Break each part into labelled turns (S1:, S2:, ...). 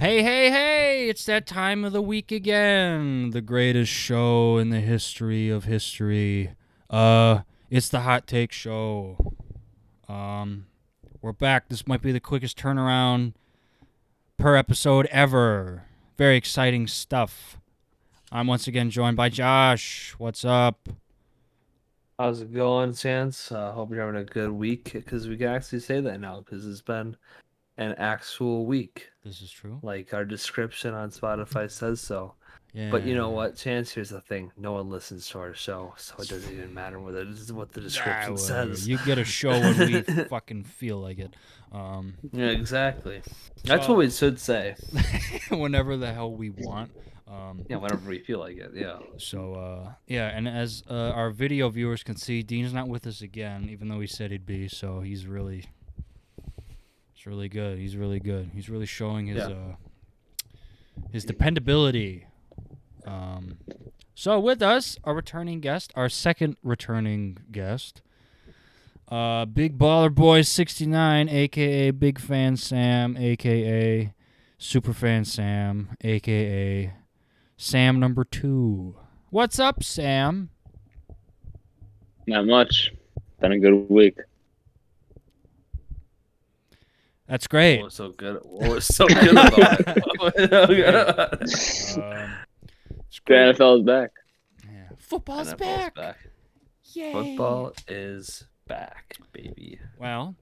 S1: Hey, hey, hey! It's that time of the week again. The greatest show in the history of history. Uh, it's the Hot Take Show. Um, we're back. This might be the quickest turnaround per episode ever. Very exciting stuff. I'm once again joined by Josh. What's up?
S2: How's it going, Sans? Uh, hope you're having a good week because we can actually say that now because it's been an actual week.
S1: This is true.
S2: Like our description on Spotify says so. But you know what, Sans? Here's the thing: no one listens to our show, so it doesn't even matter whether this is what the description says.
S1: You get a show when we fucking feel like it. Um,
S2: Yeah, exactly. That's
S1: So-
S2: what we should say.
S1: whenever the hell we want. Um,
S2: Yeah, whenever we feel like it. Yeah.
S1: So uh, yeah, and as uh, our video viewers can see, Dean's not with us again, even though he said he'd be. So he's really, he's really good. He's really good. He's really showing his
S2: Yeah.
S1: uh, his dependability. Um, so with us, our returning guest, our second returning guest, uh, Big Baller Boy sixty nine, aka Big Fan Sam, aka Superfan Sam, aka Sam number two. What's up, Sam?
S3: Not much. Been a good week.
S1: That's
S2: What
S1: great.
S2: was so good? What was so good about it? Oh What was so good about
S1: Um,
S2: it?
S1: it's
S3: The
S1: great.
S3: NFL is back.
S1: Yeah. Football's
S2: NFL's
S1: back.
S2: back.
S1: Yay.
S2: Football is back, baby.
S1: Well,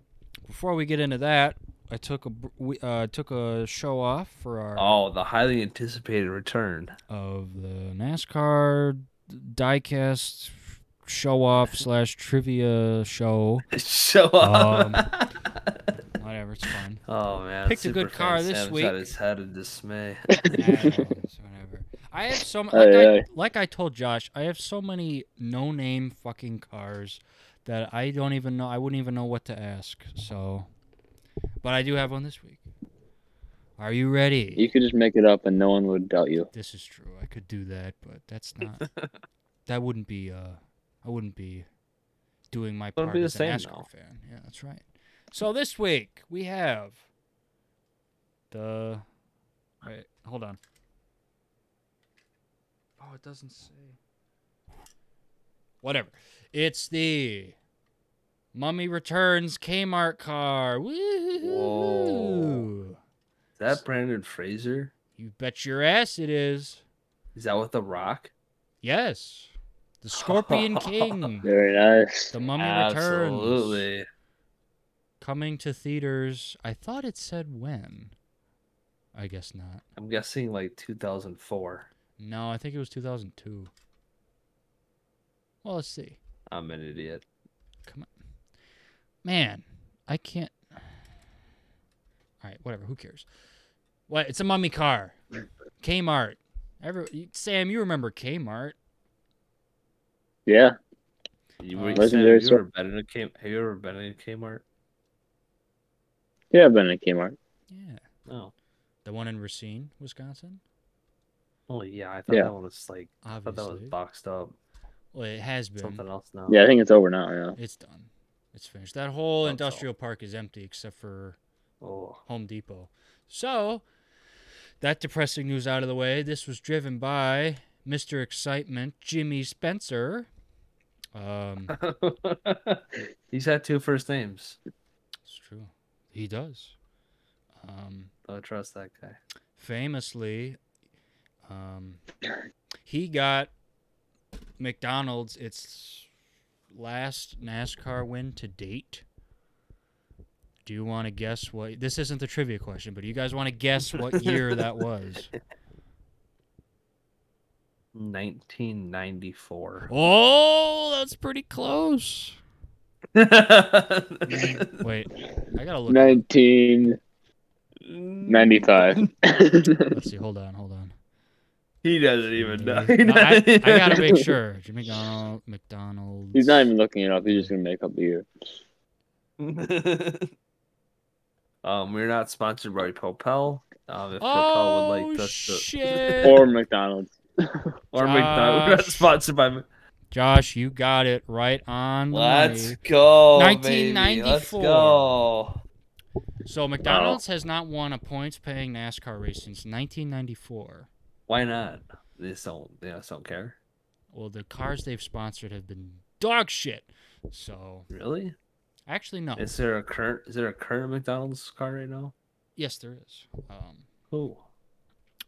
S1: before we get into that, I took a br- we, uh, took a show off for our
S2: Oh, the highly anticipated return.
S1: of the NASCAR diecast show off slash trivia show.
S2: Show up.
S1: Whatever, it's fun.
S2: oh man,
S1: Um, picked a good
S2: Superfan
S1: car this
S2: Sam's got
S1: week.
S2: his head in dismay.
S1: I don't know, it's whatever. I have so much.
S3: Aye,
S1: Like, I,
S3: aye.
S1: like I told Josh, I have so many no-name fucking cars that I don't even know. I wouldn't even know what to ask. So, but I do have one this week. Are you ready?
S3: You could just make it up and no one would doubt you.
S1: This is true. I could do that, but that's not. that wouldn't be. Uh, I wouldn't be doing my
S2: Wouldn't
S1: part
S2: be the
S1: as
S2: same,
S1: an NASCAR
S2: though.
S1: fan. Yeah, that's right. So this week we have the. Wait, hold on. Oh, it doesn't say. Whatever. It's the Mummy Returns Kmart car. Woo!
S2: Is that Brandon Fraser?
S1: You bet your ass it is.
S2: Is that with the Rock?
S1: Yes. The Scorpion King.
S3: Very nice.
S1: The Mummy Returns.
S2: Absolutely.
S1: Coming to theaters. I thought it said when. I guess not.
S2: I'm guessing like 2004.
S1: No, I think it was 2002. Well, let's see.
S2: I'm an idiot.
S1: Man, I can't. All right, whatever. Who cares? What? It's a mummy car. Kmart. Every Sam, you remember Kmart?
S3: Yeah.
S2: You,
S1: Uh,
S2: were, Sam,
S3: Legendary
S2: have, you
S3: stuff.
S2: ever been in a K- have you ever been in a Kmart?
S3: Yeah, I've been in Kmart.
S1: Yeah.
S2: No.
S1: The one in Racine, Wisconsin.
S2: Oh yeah, I thought
S3: Yeah.
S2: that one was like I thought that was
S1: Obviously.
S2: boxed up.
S1: Well, it has been.
S2: Something else now.
S3: Yeah, I think it's over now. Yeah.
S1: It's done. It's finished. That whole
S2: That's all.
S1: industrial park is empty except for
S2: Oh.
S1: Home Depot. So, that depressing news out of the way. This was driven by Mr. Excitement, Jimmy Spencer. Um,
S2: He's had two first names.
S1: it's true. He does. Um,
S2: Don't trust that guy.
S1: famously, um, he got McDonald's its last NASCAR win to date. Do you want to guess what? This isn't the trivia question, but do you guys want to guess what year that was?
S2: 1994.
S1: Oh, that's pretty close.
S2: Ninety-five.
S1: Wait, I gotta look.
S3: 1995.
S1: Let's see. Hold on. Hold on.
S2: He doesn't even know.
S1: No, I, I gotta make sure. Jimmy McDonald. McDonald's.
S3: He's not even looking it up. He's just going to make up the year.
S2: um, we're not sponsored by Propel. Um, if
S1: Oh
S2: Propel would like us to,
S1: shit!
S3: Or McDonald's.
S2: or McDonald's, we're not
S1: Josh.
S2: sponsored by. Mc-
S1: Josh, you got it right on. the money.
S2: go,
S1: 1994.
S2: go.
S1: So McDonald's has not won a points-paying NASCAR race since 1994.
S2: Why not? They just don't. They just don't care.
S1: Well, the cars they've sponsored have been dog shit. So
S2: Really?
S1: actually, no.
S2: Is there a current? Is there a current McDonald's car right now?
S1: Yes, there is. Um,
S2: Who?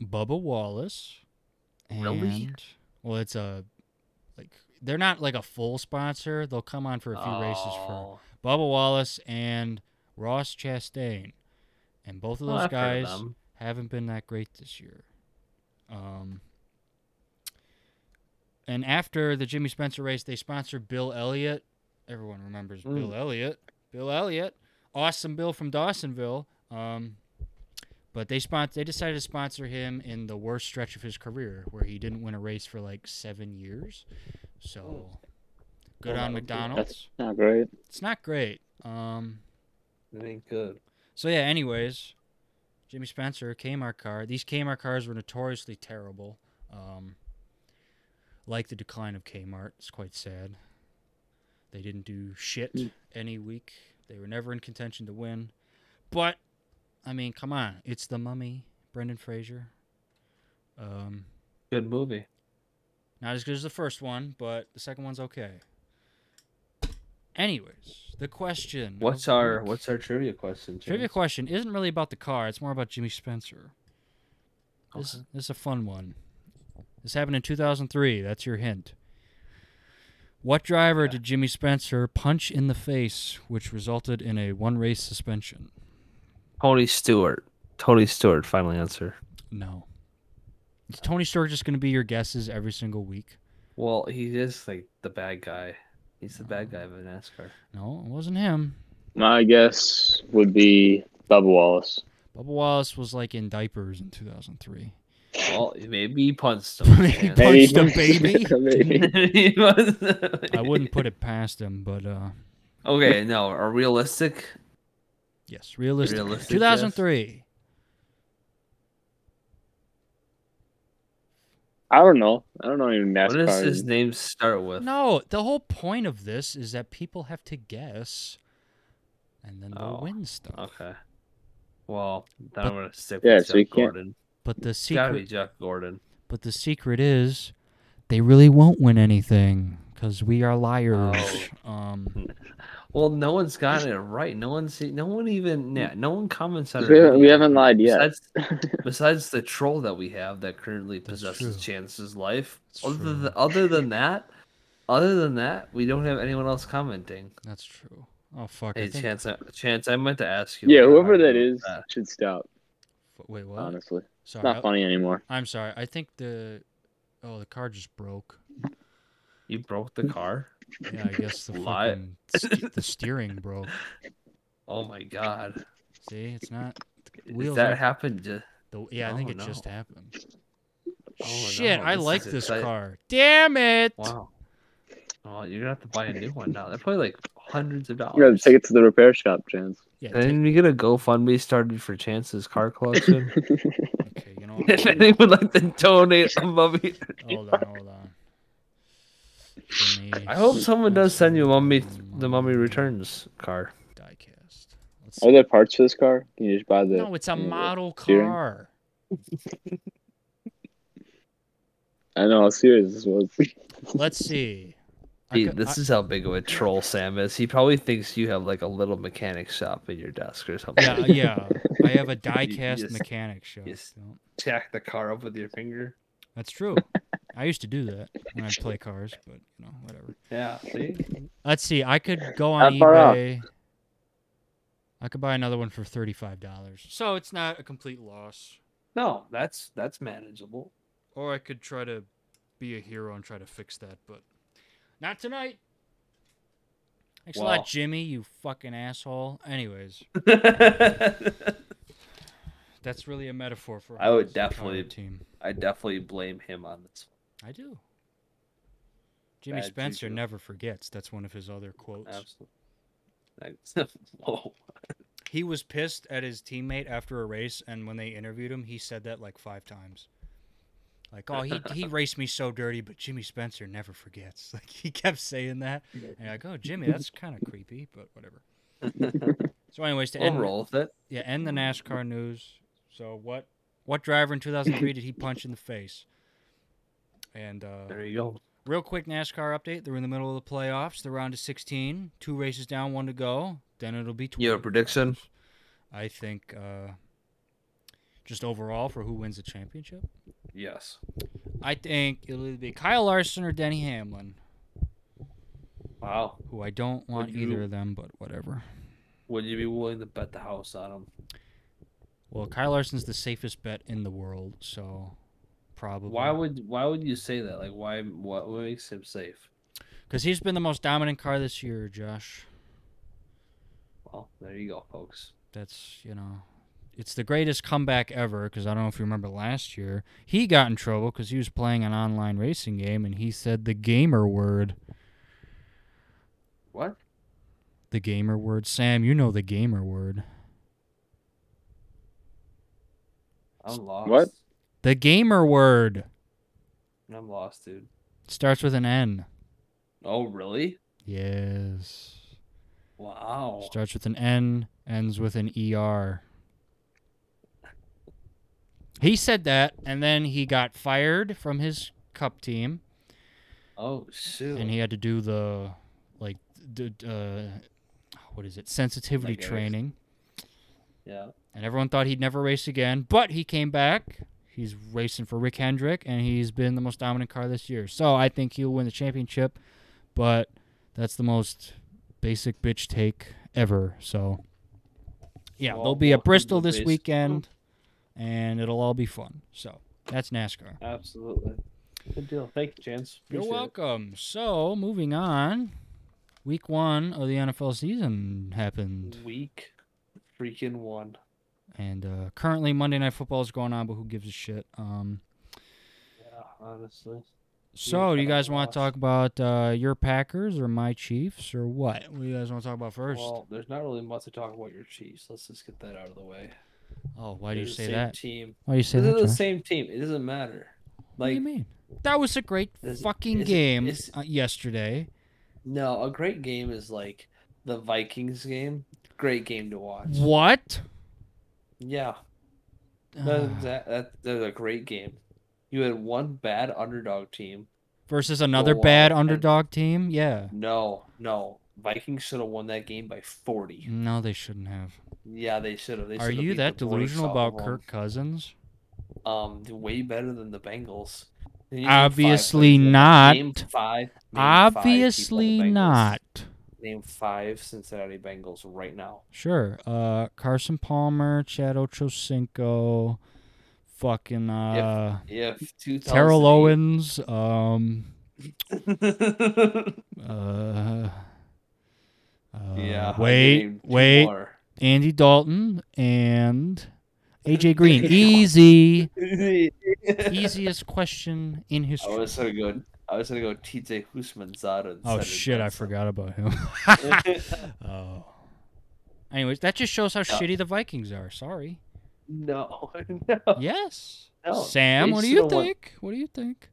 S1: Bubba Wallace. And,
S2: Really?
S1: Well, it's a like they're not like a full sponsor. They'll come on for a few races for
S2: Oh.
S1: Bubba Wallace and Ross Chastain, and both of
S2: Oh,
S1: those
S2: I've heard
S1: guys
S2: of them.
S1: haven't been that great this year. Um, and after the Jimmy Spencer race, they sponsored Bill Elliott. Everyone remembers Bill
S2: Mm.
S1: Elliott. Bill Elliott, awesome Bill from Dawsonville. Um, but they spon- they decided to sponsor him in the worst stretch of his career, where he didn't win a race for like seven years. So, good
S2: Oh,
S1: on
S2: that's-
S1: McDonald's.
S3: Not great.
S1: It's not great. Um,
S2: It ain't good.
S1: so yeah, anyways, Jimmy Spencer, Kmart car. These Kmart cars were notoriously terrible. Um, like the decline of Kmart, it's quite sad. They didn't do shit
S2: Hmm.
S3: Mm.
S1: any week. They were never in contention to win. But I mean, come on, it's the Mummy, Brendan Fraser. Um,
S2: Good movie.
S1: not as good as the first one, but the second one's okay. Anyways, the
S3: Mm-hmm.
S1: question. of
S2: What's
S1: the
S2: our
S1: week.
S2: What's our trivia question?
S1: Trivia
S2: James?
S1: question isn't really about the car. It's more about Jimmy Spencer. This,
S2: Okay.
S1: this is a fun one. This happened in 2003. That's your hint. What driver
S2: Okay.
S1: did Jimmy Spencer punch in the face, which resulted in a one race suspension?
S2: Tony Stewart. Tony Stewart. Final answer.
S1: No. Is Tony Stewart just going to be your guesses every single week?
S2: Well, he is like the bad guy. He's the bad guy of a NASCAR.
S1: No, it wasn't him.
S3: My guess would be Bubba Wallace.
S1: Bubba Wallace was like in diapers in 2003.
S2: Well, maybe he punched him.
S1: Maybe he
S2: man.
S1: punched-
S3: Maybe.
S1: the baby?
S3: Maybe.
S2: He was-
S1: I wouldn't put it past him, but uh,
S2: Okay, no, are realistic.
S1: yes, realistic.
S2: Realistic, yes.
S1: 2003.
S3: I don't know. I don't know any NASCAR.
S2: What does his name start with?
S1: No, the whole point of this is that people have to guess, and then they'll
S2: Oh,
S1: win stuff.
S2: Okay. Well, then
S1: But-
S2: I'm gonna stick
S3: Yeah,
S2: with
S3: so
S2: Jeff
S3: you can't-
S2: Gordon.
S1: But the
S2: It's gotta be
S1: secret,
S2: Jeff Gordon.
S1: but the secret is, they really won't win anything because we are liars.
S2: Oh. Hmm.
S1: Um,
S2: Well, no one's got it right. No one's no one even yeah, no one comments on it.
S3: Mm. We haven't- we haven't lied yet.
S2: Besides, besides the troll that we have that currently
S1: That's
S2: possesses
S1: true.
S2: Chance's life.
S1: That's
S2: Other
S1: true.
S2: than, other than that, other than that, we don't have anyone else commenting.
S1: that's true. Oh fuck! I
S2: Hey,
S1: think,
S2: Chance, I- Chance, I meant to ask you.
S3: Yeah,
S2: like, how
S3: whoever
S2: you uh,
S3: that
S2: feel
S3: is
S2: about that.
S3: should stop.
S1: f- wait, what?
S3: Honestly, it's
S1: sorry,
S3: not
S1: I-
S3: funny anymore.
S1: I'm sorry. I think the oh the car just broke.
S2: you broke the car.
S1: Yeah, I guess the
S2: Lie.
S1: fucking st- the steering broke.
S2: Oh my god,
S1: See, it's not. the
S2: Is
S1: wheels
S2: that
S1: aren't-
S2: happened? ju-
S1: The, yeah, I think
S2: Oh,
S1: it just
S2: no.
S1: happened.
S2: Oh,
S1: Shit,
S2: no,
S1: I
S2: this is
S1: like this
S2: exciting.
S1: car. Damn it!
S2: Wow. Well, you're gonna have to buy a new one now. They're probably like hundreds of
S3: You gotta
S2: dollars.
S3: take it to the repair shop, Chance.
S1: Yeah,
S2: And then you get a GoFundMe started for Chance's car collection.
S1: take- okay, you know what?
S2: if anyone would like to donate a mummy,
S1: Hold on, hold on. Give me
S2: I hope someone does send you a mummy,
S1: some
S2: the Mummy Returns car.
S1: Diecast. Let's
S3: Are
S1: see.
S3: there parts for this car? Can you just buy the?
S1: No, it's a
S3: you know, the
S1: model
S3: steering?
S1: car.
S3: I know. How serious this was.
S1: Let's see. I
S2: See,
S1: could-
S2: this
S1: I-
S2: is how big of a troll Sam is. He probably thinks you have like a little mechanic shop in your desk or something.
S1: yeah, yeah. I have a diecast
S2: Yes.
S1: mechanic shop.
S2: Yes.
S1: you know.
S2: Jack the car up with your finger.
S1: That's true. I used to do that when I play cars, but you know, whatever.
S2: Yeah, see?
S1: Let's see. I could go on
S3: Not far off.
S1: eBay. I could buy another one for thirty-five dollars. So it's not a complete loss.
S2: No, that's that's manageable.
S1: Or I could try to be a hero and try to fix that, but not tonight. Thanks a
S2: Wow.
S1: lot, Jimmy, you fucking asshole. Anyways,
S2: I
S1: that's really a metaphor for
S2: I
S1: this
S2: would
S1: entire
S2: definitely-
S1: team.
S2: definitely blame him on this.
S1: I do. Jimmy
S2: Bad
S1: Spencer
S2: juju.
S1: never forgets. That's one of his other quotes.
S2: Absolutely. Whoa.
S1: He was pissed at his teammate after a race, and when they interviewed him, he said that like five times. Like, oh, he he raced me so dirty, but Jimmy Spencer never forgets. Like he kept saying that, and you're like, oh, Jimmy, that's kind of creepy, but whatever. So, anyways, to
S2: We'll
S1: end
S2: roll with it.
S1: yeah, end the NASCAR news. So, what what driver in 2003 did he punch in the face? And uh,
S2: There you go.
S1: Real quick NASCAR update. They're in the middle of the playoffs. The round is 16. Two races down, one to go. Then it'll be 20.
S2: You have a prediction?
S1: I think uh, just overall for who wins the championship.
S2: Yes.
S1: I think it'll either be Kyle Larson or Denny Hamlin,
S2: Wow.
S1: who I don't want
S2: Would
S1: either
S2: you-
S1: of them, but whatever.
S2: Would you be willing to bet the house on him?
S1: Well, Kyle Larson's the safest bet in the world, so probably.
S2: Why would Why would you say that? Like, why? What, what makes him safe?
S1: Because he's been the most dominant car this year, Josh.
S2: Well, there you go, folks.
S1: that's you know it's the greatest comeback ever because i don't know if you remember last year he got in trouble because he was playing an online racing game and he said the gamer word
S2: What?
S1: the gamer word sam you know the gamer word
S2: I'm lost.
S3: What?
S1: the gamer word
S2: I'm lost, dude.
S1: starts with an n
S2: Oh, really?
S1: yes
S2: Wow.
S1: starts with an n ends with an er he said that and then he got fired from his cup team
S2: Oh, shoot.
S1: and he had to do the like the uh, what is it sensitivity
S2: Like a-
S1: training
S2: yeah.
S1: and everyone thought he'd never race again but he came back he's racing for rick hendrick and he's been the most dominant car this year so i think he'll win the championship but that's the most basic bitch take ever so yeah
S2: Well,
S1: they'll be
S2: welcome
S1: at
S2: to
S1: bristol
S2: the
S1: this
S2: base-
S1: weekend and it'll all be fun so that's nascar
S2: Absolutely. Good deal. Thank you, Chance.
S1: You're
S2: Appreciate it.
S1: welcome. So, moving on, week one of the NFL season happened,
S2: Week freaking one.
S1: and uh, currently Monday Night Football is going on, but who gives a shit? Um,
S2: Yeah, honestly.
S1: so, do you
S2: kinda
S1: guys want
S2: lost.
S1: to talk about uh, your Packers or my Chiefs or what? What do you guys want to talk about first?
S2: Well, there's not really much to talk about your Chiefs. Let's just get that out of the way.
S1: oh, why do
S2: They're
S1: you
S2: the
S1: say
S2: same
S1: that?
S2: Team.
S1: Why do you say
S2: They're
S1: that?
S2: the
S1: Josh?
S2: same team. It doesn't matter.
S1: what do
S2: Like
S1: you mean? That was a great
S2: Is-
S1: fucking
S2: is it-
S1: game
S2: is-
S1: uh, yesterday.
S2: no, a great game is like the Vikings game. Great game to watch.
S1: What?
S2: Yeah,
S1: Uh,
S2: that, that, that, that's a great game. You had one bad underdog team.
S1: versus another
S2: Go on
S1: bad
S2: and-
S1: underdog team? Yeah.
S2: No, no, Vikings should have won that game by forty.
S1: No, they shouldn't have.
S2: Yeah, they should have. They
S1: Are
S2: shoulda
S1: you
S2: beat
S1: that
S2: the brakes
S1: delusional
S2: off
S1: about
S2: of 'em.
S1: Kirk Cousins?
S2: um way better than the Bengals. They need to name five
S1: Obviously
S2: players.
S1: not.
S2: Name five. name five people on the
S1: Obviously
S2: Bengals.
S1: not.
S2: Name five Cincinnati Bengals right now.
S1: Sure. Uh, Carson Palmer, Chad Ochocinco, fucking uh,
S2: If two
S1: Terrell Owens, um, uh, uh,
S2: yeah. I
S1: wait,
S2: named two
S1: wait,
S2: more.
S1: Andy Dalton and AJ Green. Easy,
S2: I
S1: easiest question in history.
S2: was gonna go. I was gonna go TJ Husmanzada.
S1: Oh shit, I forgot about him. oh. Anyways, that just shows how shitty the Vikings are. Sorry.
S2: No, no.
S1: Yes.
S2: No,
S1: Sam,
S2: they
S1: what do you
S2: should've won.
S1: think? What do you think?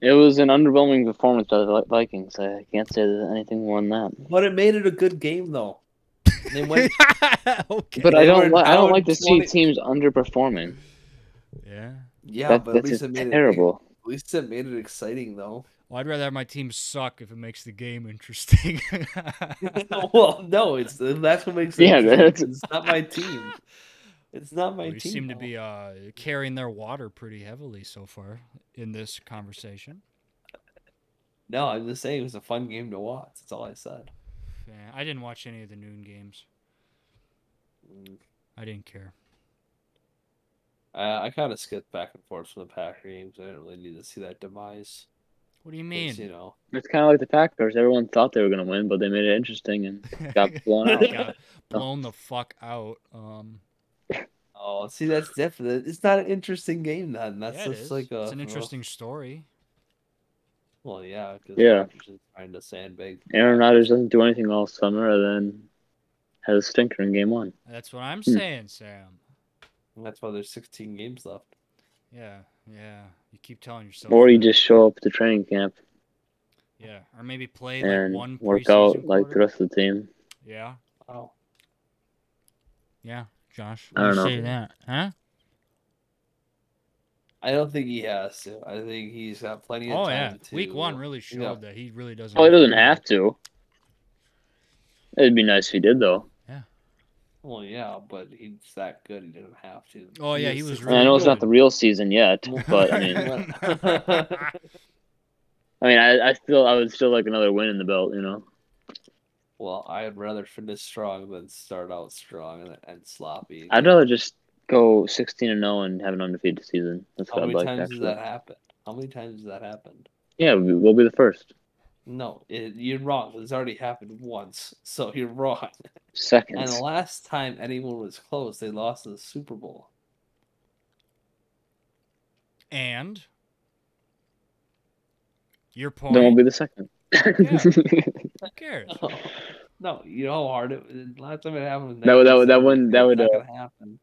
S3: It was an underwhelming performance by the Vi- Vikings. I can't say that anything more than that.
S2: But it made it a good game though. They went
S1: okay.
S3: But I
S2: They
S3: don't.
S2: were
S3: Li- I don't
S2: down
S3: like to see
S2: 20
S3: teams underperforming.
S1: yeah.
S2: Yeah,
S3: That-
S2: but at
S3: that's
S2: least
S3: just
S2: it made it.
S3: terrible.
S2: At least it made it exciting though.
S1: Well, I'd rather have my team suck if it makes the game interesting.
S2: well, no, it's that's what makes it.
S3: Yeah,
S2: interesting.
S3: that's-
S2: it's not my team. It's not my
S1: we
S2: team.
S1: seem to
S2: though.
S1: be uh, carrying their water pretty heavily so far in this conversation.
S2: No, I'm just saying it was a fun game to watch. That's all I said.
S1: Yeah, I didn't watch any of the noon games.
S2: Mm.
S1: I didn't care.
S2: I, I kind of skipped back and forth from the Packer games. I didn't really need to see that demise.
S1: What do you
S2: 'cause,
S1: mean?
S2: you know,
S3: It's kind of like the Packers. Everyone thought they were going to win, but they made it interesting and got blown out.
S1: Got blown the fuck out. Um,
S2: oh, see, that's different. It's not an interesting game then. That's
S1: yeah, it
S2: just
S1: is.
S2: like uh, a,
S1: it's an interesting story.
S2: Well, yeah, because
S3: Yeah.
S2: trying to sandbag.
S3: Aaron Rodgers doesn't do anything all summer, and then has a stinker in game one.
S1: That's what I'm
S3: Hmm.
S1: saying, Sam.
S2: That's why there's 16 games left.
S1: Yeah, yeah. You keep telling yourself.
S3: Or you
S1: that.
S3: just show up to training camp
S1: Yeah, or maybe play like
S3: and
S1: one
S3: work
S1: preseason
S3: out like the
S1: quarter.
S3: rest of the team.
S1: Yeah.
S2: Wow.
S1: Yeah, Josh.
S3: I don't
S1: you
S3: know.
S1: Say that, huh?
S2: I don't think he has to. I think he's got plenty of
S1: Oh
S2: time.
S1: yeah,
S2: to,
S1: week one really showed
S2: Yeah.
S1: that he really doesn't.
S3: Oh, he doesn't have to. It'd be nice if he did though.
S2: Well, yeah, but he's that good. He didn't have to.
S1: Oh, yeah, he was
S3: And I know it's not the real season yet, but I mean, I mean, I, I still, I would still like another win in the belt, you know.
S2: well, I'd rather finish strong than start out strong and, and sloppy.
S3: I'd rather just go sixteen and zero and have an undefeated season. That's
S2: How
S3: what I'd
S2: many
S3: like.
S2: times
S3: Actually,
S2: has that happened? How many times has that happened?
S3: yeah, we- we'll be the first,
S2: No, it, you're wrong. It's already happened once, so you're wrong.
S3: second.
S2: And the last time anyone was close, they lost in the Super Bowl.
S1: And your point.
S3: Then we'll be the second.
S1: Who cares?
S2: No, no you know how hard it. The last time it happened. was
S3: That would- that would- that
S2: 1970.
S3: wouldn't- that
S2: It's
S3: would,
S2: not
S3: uh,
S2: gonna happen.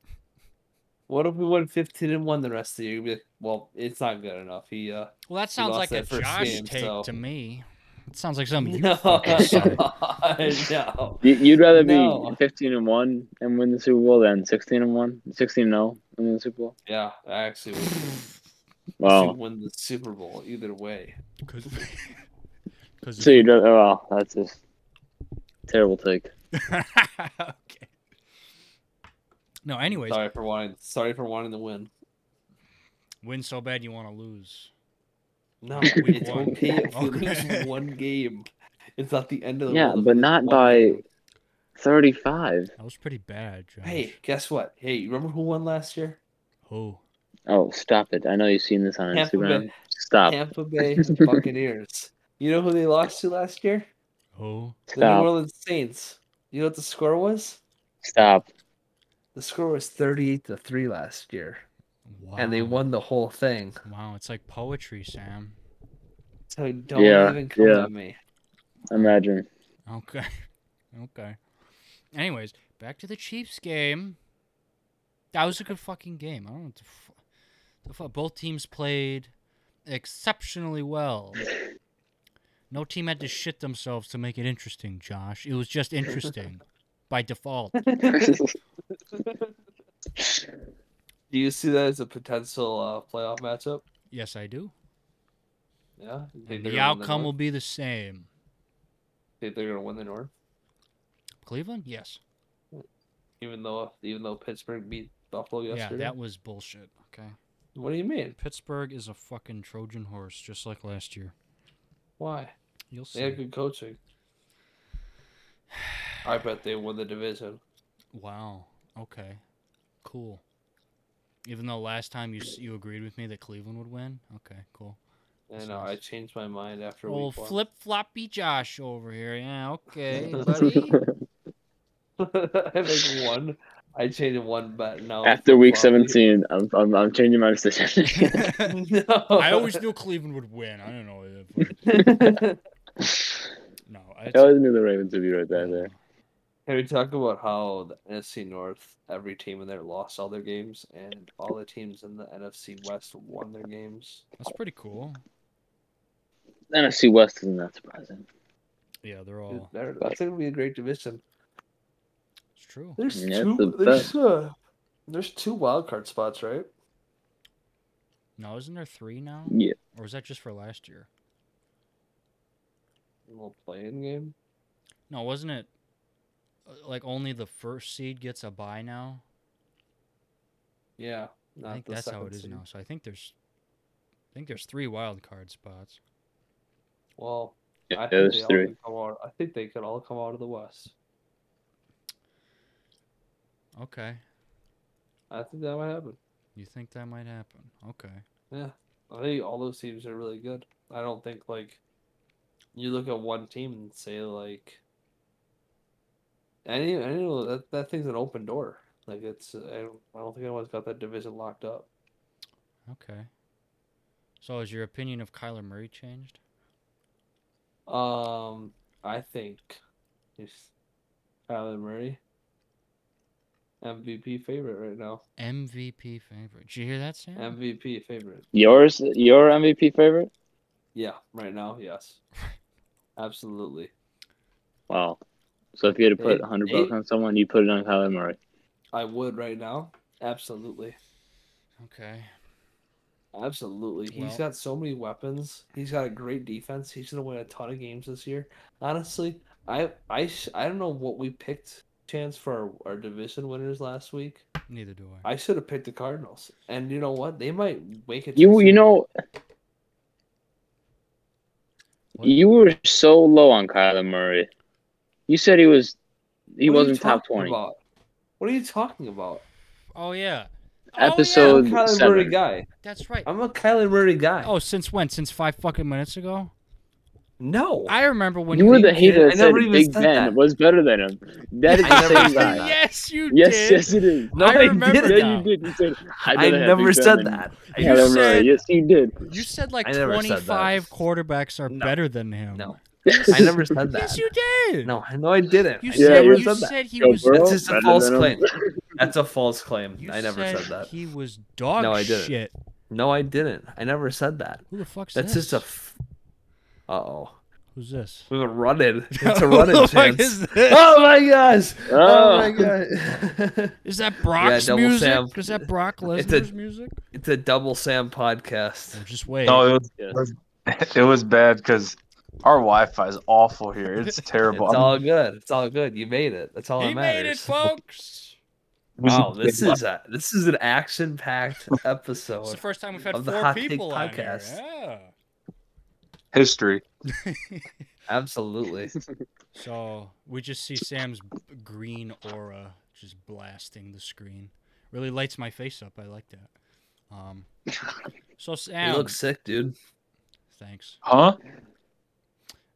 S2: What if we won fifteen and one the rest of the year? You'd be like, well, it's not good enough. He uh,
S1: Well, that sounds like
S2: lost
S1: a
S2: that first
S1: Josh
S2: game,
S1: take
S2: so-
S1: to me. It sounds like something you
S2: no,
S1: fucking said.
S2: no.
S3: You- You'd rather be
S2: No.
S3: fifteen and one and win the Super Bowl than sixteen and one, 16 and zero and win the Super Bowl.
S2: Yeah, I actually would
S3: Wow.
S2: win the Super Bowl either way.
S1: Because
S3: So you'd rather? Wow, that's just terrible take.
S1: okay. No, anyways,
S2: sorry for wanting. Sorry for wanting to win.
S1: win so bad you want to lose.
S2: No,
S1: We
S2: it's
S1: won.
S2: okay if we
S1: Okay.
S2: lose one game. It's not the end of the
S3: Yeah,
S2: world. if
S3: but
S2: we lose
S3: not
S2: one
S3: by-
S2: game.
S3: Thirty-five.
S1: That was pretty bad, Josh.
S2: Hey, guess what? Hey, you remember who won last year?
S1: Oh.
S3: Oh, stop it! I know you've seen this on
S2: Tampa
S3: Instagram.
S2: Bay.
S3: Stop.
S2: Tampa Bay Buccaneers. You know who they lost to last year?
S1: Oh.
S2: The
S3: Stop.
S2: New Orleans Saints. You know what the score was?
S3: Stop.
S2: The score was 38 to 3 last year.
S1: Wow.
S2: And they won the whole thing.
S1: Wow, it's like poetry, Sam.
S2: So don't
S3: Yeah,
S2: even come
S3: yeah.
S2: at me.
S3: Imagine.
S1: Okay. Okay. Anyways, back to the Chiefs game. That was a good fucking game. I don't know what the, fu- the fu- both teams played exceptionally well. No team had to shit themselves to make it interesting, Josh. It was just interesting by default.
S2: Oh, Do you see that as a potential uh, playoff matchup?
S1: Yes, I do.
S2: Yeah. You
S1: And
S2: think they're
S1: the
S2: gonna win
S1: outcome will
S2: North?
S1: be the same.
S2: Think they're gonna win the North,
S1: Cleveland? Yes.
S2: even though even though Pittsburgh beat Buffalo
S1: Yeah,
S2: yesterday.
S1: that was bullshit. Okay.
S2: What do you mean?
S1: Pittsburgh is a fucking Trojan horse, just like last year.
S2: Why?
S1: You'll see.
S2: They had good coaching. I bet they won the division.
S1: Wow. Okay. Cool. Even though last time you s- you agreed with me that Cleveland would win. Okay. Cool.
S2: uh, I know. I changed my mind after
S1: Old
S2: week one.
S1: flip floppy Josh over here. Yeah. Okay, buddy.
S2: I made one. I changed one bet. No.
S3: After week
S2: flip-flop.
S3: seventeen, I'm I'm, I'm changing my decision.
S2: no.
S1: I always knew Cleveland would win. I don't know. if I-
S2: Can
S1: No.
S3: I always knew the Ravens would be right there. there.
S2: we talk about how the NFC North, every team in there lost all their games, and all the teams in the NFC West won their games?
S1: That's pretty cool.
S3: NFC West isn't that surprising.
S1: Yeah, they're
S2: Dude,
S1: all.
S2: they're- That's going to be a great division.
S1: It's true.
S2: There's
S3: Yeah, it's
S2: two.
S3: the
S2: There's,
S3: best.
S2: uh, there's two wild card spots, right?
S1: No, isn't there three now?
S3: Yeah.
S1: Or was that just for last year?
S2: A little playing game.
S1: No, wasn't it? uh, Like only the first seed gets a bye now.
S2: Yeah,
S1: I
S2: not
S1: think
S2: the
S1: that's
S2: second
S1: how it is
S2: seed.
S1: now. So I think there's, I think there's three wild card spots.
S2: Well, I
S3: Yeah,
S2: think
S3: there's
S2: they all
S3: three.
S2: could come out. I think they could all come out of the West.
S1: Okay.
S2: I think that might happen.
S1: You think that might happen? Okay.
S2: Yeah, I think all those teams are really good. I don't think like you look at one team and say like any any of that that thing's an open door. Like it's I don't, I don't think anyone's got that division locked up.
S1: Okay. So has your opinion of Kyler Murray changed?
S2: Um, I think if Kyler Murray MVP favorite right now.
S1: MVP favorite. Did you hear that, Sam?
S2: MVP favorite.
S3: Yours, your MVP favorite?
S2: Yeah, right now, yes. Absolutely.
S3: Wow, So if you had to put
S2: Eight-
S3: 100
S2: eight?
S3: bucks on someone, you put it on Kyler Murray.
S2: I would right now. Absolutely.
S1: Okay.
S2: Absolutely. He's
S1: Well-
S2: got so many weapons. He's got a great defense. He's going to win a ton of games this year. Honestly, I I sh- I don't know what we picked chance for our, our division winners last week.
S1: Neither do I.
S2: I should have picked the Cardinals. And you know what? They might wake it. to
S3: You
S2: the
S3: you know
S1: What?
S3: you were so low on Kyler Murray. You said he was he
S2: What are you
S3: wasn't top
S2: talking
S3: 20.
S2: about? What are you talking about?
S1: Oh yeah. Oh,
S3: Episode-
S1: yeah.
S2: I'm
S3: Oh,
S2: a Kyler
S3: seven.
S2: Murray guy.
S1: That's right.
S2: I'm a Kyler Murray guy.
S1: Oh, since when? Since five fucking minutes ago?
S2: no.
S1: I remember when
S3: You were the
S1: Pete did-
S3: hater
S2: I
S3: that said
S2: never even
S3: Big
S2: said
S3: Ben
S2: that.
S3: was better than him. That is
S2: I never
S3: the same
S2: said
S3: guy.
S1: yes, you
S3: Yes,
S1: did.
S3: yes it is.
S2: no,
S1: I
S2: I,
S1: remember
S2: didn't.
S1: that.
S3: Yeah, you did. You said,
S2: I
S3: didn't have
S2: never
S3: Big Ben
S2: said
S3: than
S2: that. I
S1: You
S3: Kyler
S2: never-
S1: said-
S3: Murray. Yes, you did.
S1: You said like
S2: I never said that.
S1: 25 quarterbacks are
S2: No.
S1: better than him.
S2: No. I never said that.
S1: Yes, you did.
S2: No, I know I didn't.
S1: You
S2: I
S1: said,
S2: never
S1: you
S2: said that.
S1: said he
S3: Joe
S1: was.
S3: Burrow?
S2: That's just a
S3: Better
S2: false
S3: than him.
S2: claim. That's a false claim.
S1: you
S2: I never said, that.
S1: He was dog
S2: No, I didn't.
S1: shit.
S2: No, I didn't. I never said that.
S1: Who the fuck's
S2: That's
S1: this?
S2: just a. F- uh oh.
S1: Who's this?
S2: It was a run in. It's a
S1: Who
S2: run in
S1: the fuck
S2: chance.
S1: Is, this?
S2: Oh my gosh. Oh,
S3: Oh.
S2: my god.
S1: Is that Brock's
S2: double
S1: music?
S2: Sam.
S1: Is that Brock
S2: It's a-
S1: Lesnar's music?
S2: it's a double Sam podcast.
S1: Oh, just wait.
S4: No, it was,
S3: Yes.
S4: it was bad because our Wi-Fi is awful here. It's terrible.
S2: It's all good. It's all good. You made it. That's all
S1: he
S2: that matters.
S1: made it, folks.
S4: We should
S2: Wow, this
S4: get
S2: is a this is an action packed
S1: It's the
S2: episode.
S1: first time we've had
S2: Of the
S1: four
S2: Hot Take
S1: people on here.
S2: podcast.
S1: Yeah.
S4: history.
S2: Absolutely.
S1: So we just see Sam's b- green aura just blasting the screen. Really lights my face up. I like that. Um, so
S2: You
S1: Sam,
S2: look sick, dude.
S1: thanks.
S4: Huh?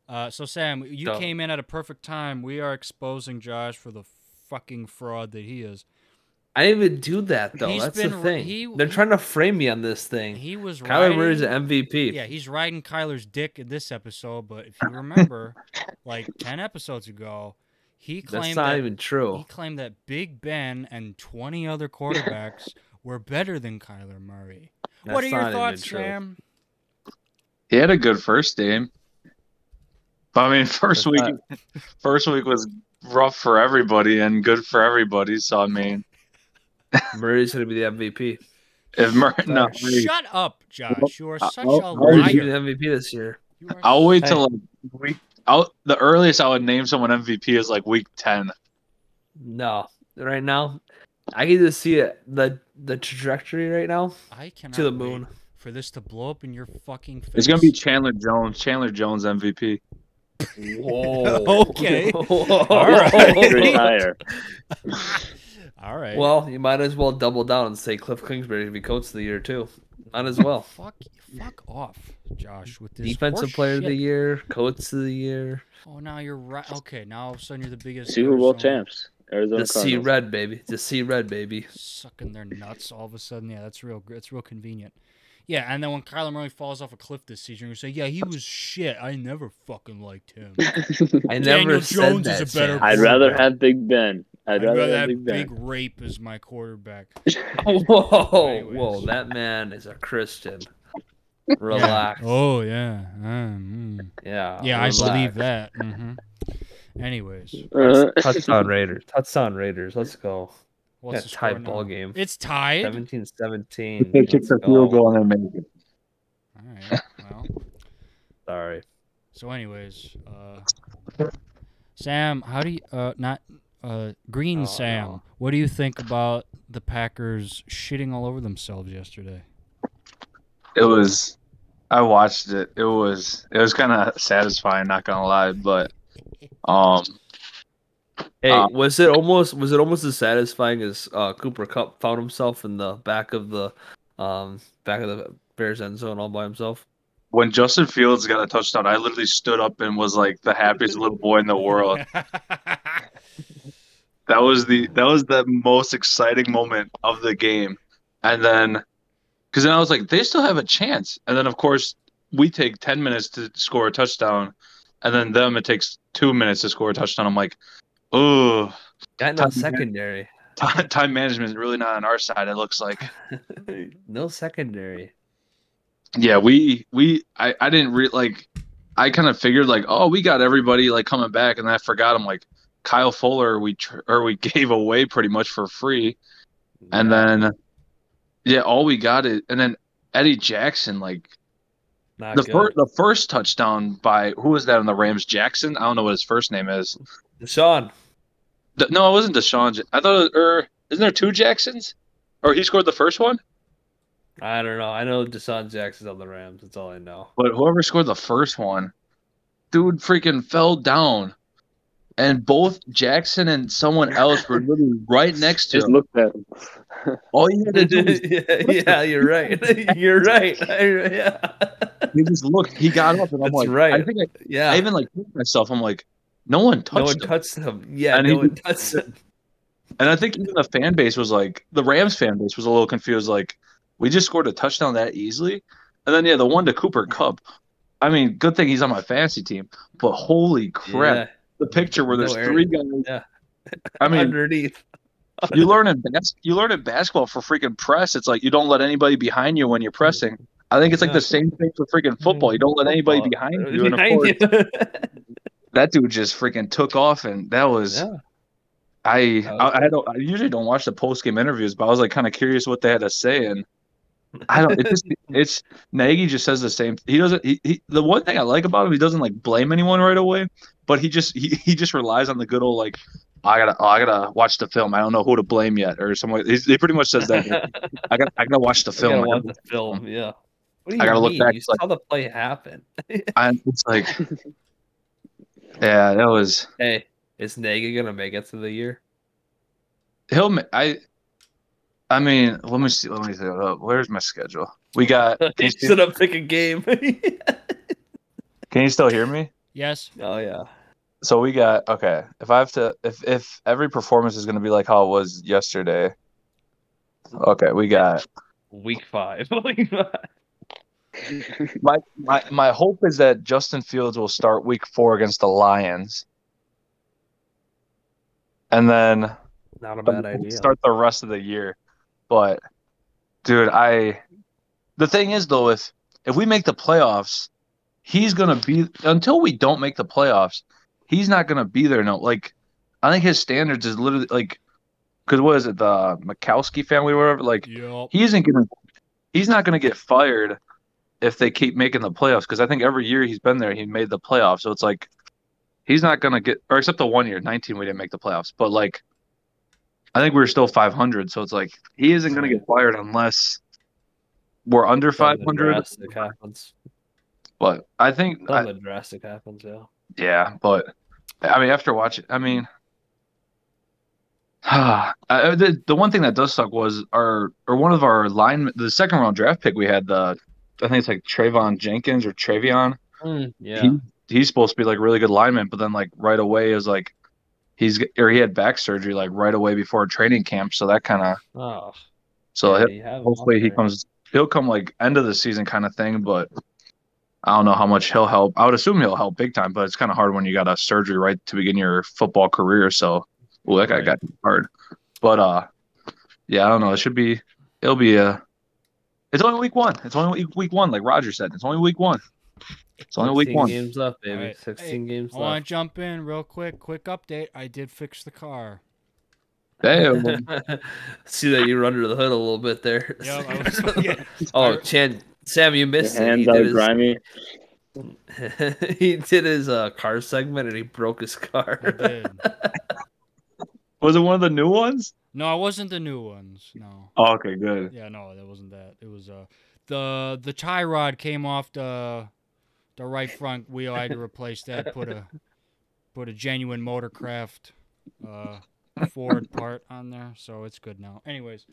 S1: Uh, so Sam, you
S2: Duh.
S1: came in at a perfect time. We are exposing Josh for the fucking fraud that he is.
S2: I didn't even do that though.
S1: He's
S2: That's
S1: been-
S2: the thing.
S1: he-
S2: They're
S1: he-
S2: trying to frame me on this thing.
S1: He was
S2: Kyler
S1: riding,
S2: Murray's an MVP.
S1: Yeah, he's riding Kyler's dick in this episode. But if you remember, like ten episodes ago, he
S2: That's
S1: claimed
S2: not
S1: that
S2: even
S1: He
S2: true.
S1: claimed that Big Ben and 20 other quarterbacks were better than Kyler Murray.
S2: That's
S1: what are your
S2: not even
S1: thoughts,
S2: true.
S1: Sam?
S4: He had a good first game. I mean, first
S2: That's
S4: week, first week was rough for everybody and good for everybody. So I mean,
S2: Murray's gonna be the MVP.
S4: if Mur- no,
S1: Shut up, Josh. You are
S2: Uh,
S1: such
S4: I'll-
S1: a
S4: I'll
S2: Murray's gonna be
S1: liar.
S2: the MVP this year.
S1: You are
S4: I'll wait
S2: Hey.
S4: till like, week. I'll, the earliest I would name someone MVP is like week ten.
S2: No, right now, I can just see it. the the trajectory right now
S1: such- I cannot
S2: to the
S1: wait
S2: moon.
S1: for this to blow up in your fucking face.
S4: It's gonna be Chandler Jones. Chandler Jones MVP.
S2: Whoa.
S1: Okay.
S2: Whoa.
S1: right.
S3: Retire.
S1: All right.
S2: Well, you might as well double down and say Cliff Kingsbury to be coach of the year too. Might as well.
S1: fuck, fuck off, Josh. With this
S2: Defensive
S1: horse
S2: player of
S1: shit.
S2: the year, coach of the year.
S1: Oh, now you're right. Okay, now all of a sudden you're the biggest
S3: Super Bowl
S1: Arizona-
S3: champs. Arizona
S2: Just see
S3: Cardinals.
S2: red, baby. Just see red, baby.
S1: sucking their nuts all of a sudden. Yeah, that's real. gr- That's real convenient. Yeah, and then when Kyler Murray falls off a cliff this season, you say, "Yeah, he was shit. I never fucking liked him.
S2: I
S1: Daniel
S2: never
S1: Jones
S2: said that.
S1: is a better
S2: Sam.
S3: I'd rather have Big Ben. I'd
S1: I'd
S3: rather,
S1: rather
S3: have
S1: have
S3: Big Ben.
S1: big rape as my quarterback."
S2: Whoa, whoa,
S1: Anyways.
S2: that man is a Christian. Relax.
S1: Oh yeah, Mm,
S2: Yeah.
S1: mm. yeah, I
S2: relax.
S1: believe that.
S2: Mm-hmm.
S1: hmm Anyways,
S4: Uh,
S3: Uh-huh.
S2: Touchdown Raiders. Touchdown Raiders. Let's go.
S1: what's
S2: Yeah,
S1: the
S2: tie
S1: score now?
S2: ball game.
S1: It's tied.
S2: 17 17.
S4: They kick the field goal and they make it.
S1: All right. Well,
S4: Uh,
S2: Sorry.
S1: so anyways, uh, Sam, how do you uh, not uh, Green
S2: Oh,
S1: Sam?
S2: no.
S1: What do you think about the Packers shitting all over themselves yesterday?
S4: It was. I watched it. It was. It was kind of satisfying. Not gonna lie, but um,
S2: Hey,
S4: Uh,
S2: was it almost was it almost as satisfying as uh, Cooper Cup found himself in the back of the um back of the Bears end zone all by himself?
S4: when Justin Fields got a touchdown, I literally stood up and was like the happiest little boy in the world. That was the that was the most exciting moment of the game. And then because then I was like, they still have a chance. And then of course we take ten minutes to score a touchdown, and then them it takes two minutes to score a touchdown. I'm like, oh,
S2: Got no
S4: Tom-
S2: secondary.
S4: time, time management is really not on our side. It looks like.
S2: no secondary.
S4: Yeah, we we I I didn't re like I kind of figured like oh we got everybody like coming back and I forgot I'm like Kyle Fuller we tr- or we gave away pretty much for free, and then yeah, all we got is and then Eddie Jackson like
S2: Not
S4: the
S2: good.
S4: first the first touchdown by who was that on the Rams Jackson I don't know what his first name is.
S2: Deshaun.
S4: D- no, it wasn't Deshaun. Ja- I thought it was, or isn't there two Jacksons? Or he scored the first one,
S2: I don't know. I know Deshaun Jackson's on the Rams. That's all I know.
S4: but whoever scored the first one, dude, freaking fell down, and both Jackson and someone else were literally right next to
S3: Just
S4: him.
S3: look at him.
S4: All you had to do was
S2: yeah, yeah, you're right. you're right. I- yeah.
S4: he just looked. He got up, and I'm
S2: That's
S4: like,
S2: right.
S4: I think I,
S2: yeah.
S4: I even like told myself, I'm like, no one touched
S2: no one
S4: him.
S2: touched him. Yeah,
S4: And
S2: no
S4: he
S2: one touched him.
S4: And I think even the fan base was like, the Rams fan base was a little confused. Like, we just scored a touchdown that easily. And then, yeah, the one to Cooper Cup. I mean, good thing he's on my fantasy team, but holy crap. The picture where
S2: No
S4: there's
S2: area.
S4: three guys.
S2: Yeah.
S4: I mean,
S2: underneath.
S4: you learn in bas- you learn in basketball for freaking press. It's like you don't let anybody behind you when you're pressing. I think it's like
S2: Yeah. Mm-hmm.
S4: the same thing for freaking football. You don't let anybody
S2: Football.
S4: behind you. And of
S2: Behind
S4: course,
S2: you.
S4: that dude just freaking took off, and that was.
S2: Yeah.
S4: I
S2: That was
S4: I, I don't I usually don't watch the post game interviews, but I was like kind of curious what they had to say, and I don't. It just it's Nagy just says the same. He doesn't. He, he the one thing I like about him, he doesn't like blame anyone right away, but he just he, he just relies on the good old like I gotta oh, I gotta watch the film. I don't know who to blame yet or something. He, he pretty much says that I got I gotta watch the
S2: I gotta
S4: film.
S2: watch the film. Yeah. What do you
S4: I gotta look
S2: mean?
S4: back,
S2: You
S4: it's like-
S2: saw the play happen.
S4: I, it's like yeah, that was
S2: Hey, is Nagy gonna make it through the year?
S4: he'll. ma- I I mean, let me see. Let me see. Uh, Where's my schedule? We got. Can you,
S2: he
S4: see-
S2: should have picked a game.
S4: can you still hear me?
S1: Yes.
S2: oh yeah.
S4: So we got okay. If I have to, if if every performance is going to be like how it was yesterday, okay, we got
S2: Week five. Week five.
S4: my my my hope is that Justin Fields will start Week Four against the Lions, and then
S2: Not a bad idea.
S4: start the rest of the year. But dude, I the thing is though, if if we make the playoffs, he's gonna be until we don't make the playoffs, he's not gonna be there. No, like I think his standards is literally like because what is it the Mikowski family, or whatever. Like
S1: Yup.
S4: he isn't gonna he's not gonna get fired if they keep making the playoffs because I think every year he's been there, he made the playoffs. So it's like he's not gonna get or except the one year, nineteen, we didn't make the playoffs, but like I think we were still five hundred, so it's like he isn't gonna get fired unless we're under five
S2: Something
S4: hundred.
S2: drastic happens.
S4: But I think I,
S2: Something drastic happens. Yeah.
S4: yeah, but I mean after watching, I mean. I- I- the the one thing that does suck was our or one of our line the second round draft pick we had the I think it's like Trayvon Jenkins or Travion
S2: Mm, yeah.
S4: he, he's supposed to be like really good lineman, but then like right away is like he's or he had back surgery like right away before training camp, so that kind of
S2: oh.
S4: so
S2: yeah,
S4: he-
S2: you have him
S4: hopefully
S2: up
S4: he
S2: there.
S4: comes he'll come like end of the season kind of thing, but I don't know how much he'll help. I would assume he'll help big time, but it's kind of hard when you got a surgery right to begin your football career. So ooh, that guy
S2: Right.
S4: got hard, but uh, yeah, I don't know. It should be it'll be a. It's only week one. It's only week- week one, like Roger said. It's only week one. It's only week
S2: 16
S4: one.
S2: Games left, baby.
S1: Alright.
S2: Sixteen games
S1: I
S2: left.
S1: want to jump in real quick. Quick update. I did fix the car.
S4: Damn.
S2: See that you were under the hood a little bit there.
S1: Yup, I was- yeah.
S2: oh, Chan, Sam, you
S3: His
S2: missed it. He
S3: hands
S2: did,
S3: all
S2: his,
S3: grimy.
S2: he did his uh, car segment and he broke his car.
S1: I did.
S4: Was it one of the new ones?
S1: No, I wasn't the new ones. No.
S4: Oh, okay, good.
S1: Yeah, no, that wasn't that. It was uh the the tie rod came off the the right front wheel. I had to replace that. Put a put a genuine Motorcraft uh Ford part on there, so it's good now. Anyways,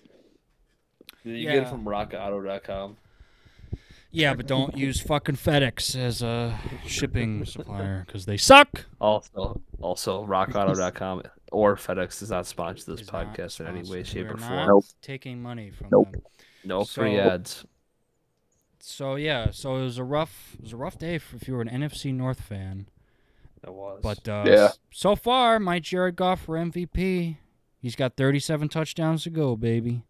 S2: you get it
S1: Yeah.
S2: from rockauto.com.
S1: yeah, but don't use fucking FedEx as a shipping supplier because they suck.
S2: Also, also rockauto.com or FedEx does not sponsor this
S1: Is not
S2: podcast in any way,
S1: sponsored.
S2: shape,
S1: We're
S2: or
S1: not
S2: form.
S4: Nope.
S1: Taking money from
S4: Nope.
S1: them.
S2: No free
S1: So-
S2: ads.
S1: So yeah, so it was a rough it was a rough day if you were an NFC North fan.
S2: It was.
S1: But uh,
S4: Yeah.
S1: s- so far, my Jared Goff for MVP. He's got 37 touchdowns to go, baby.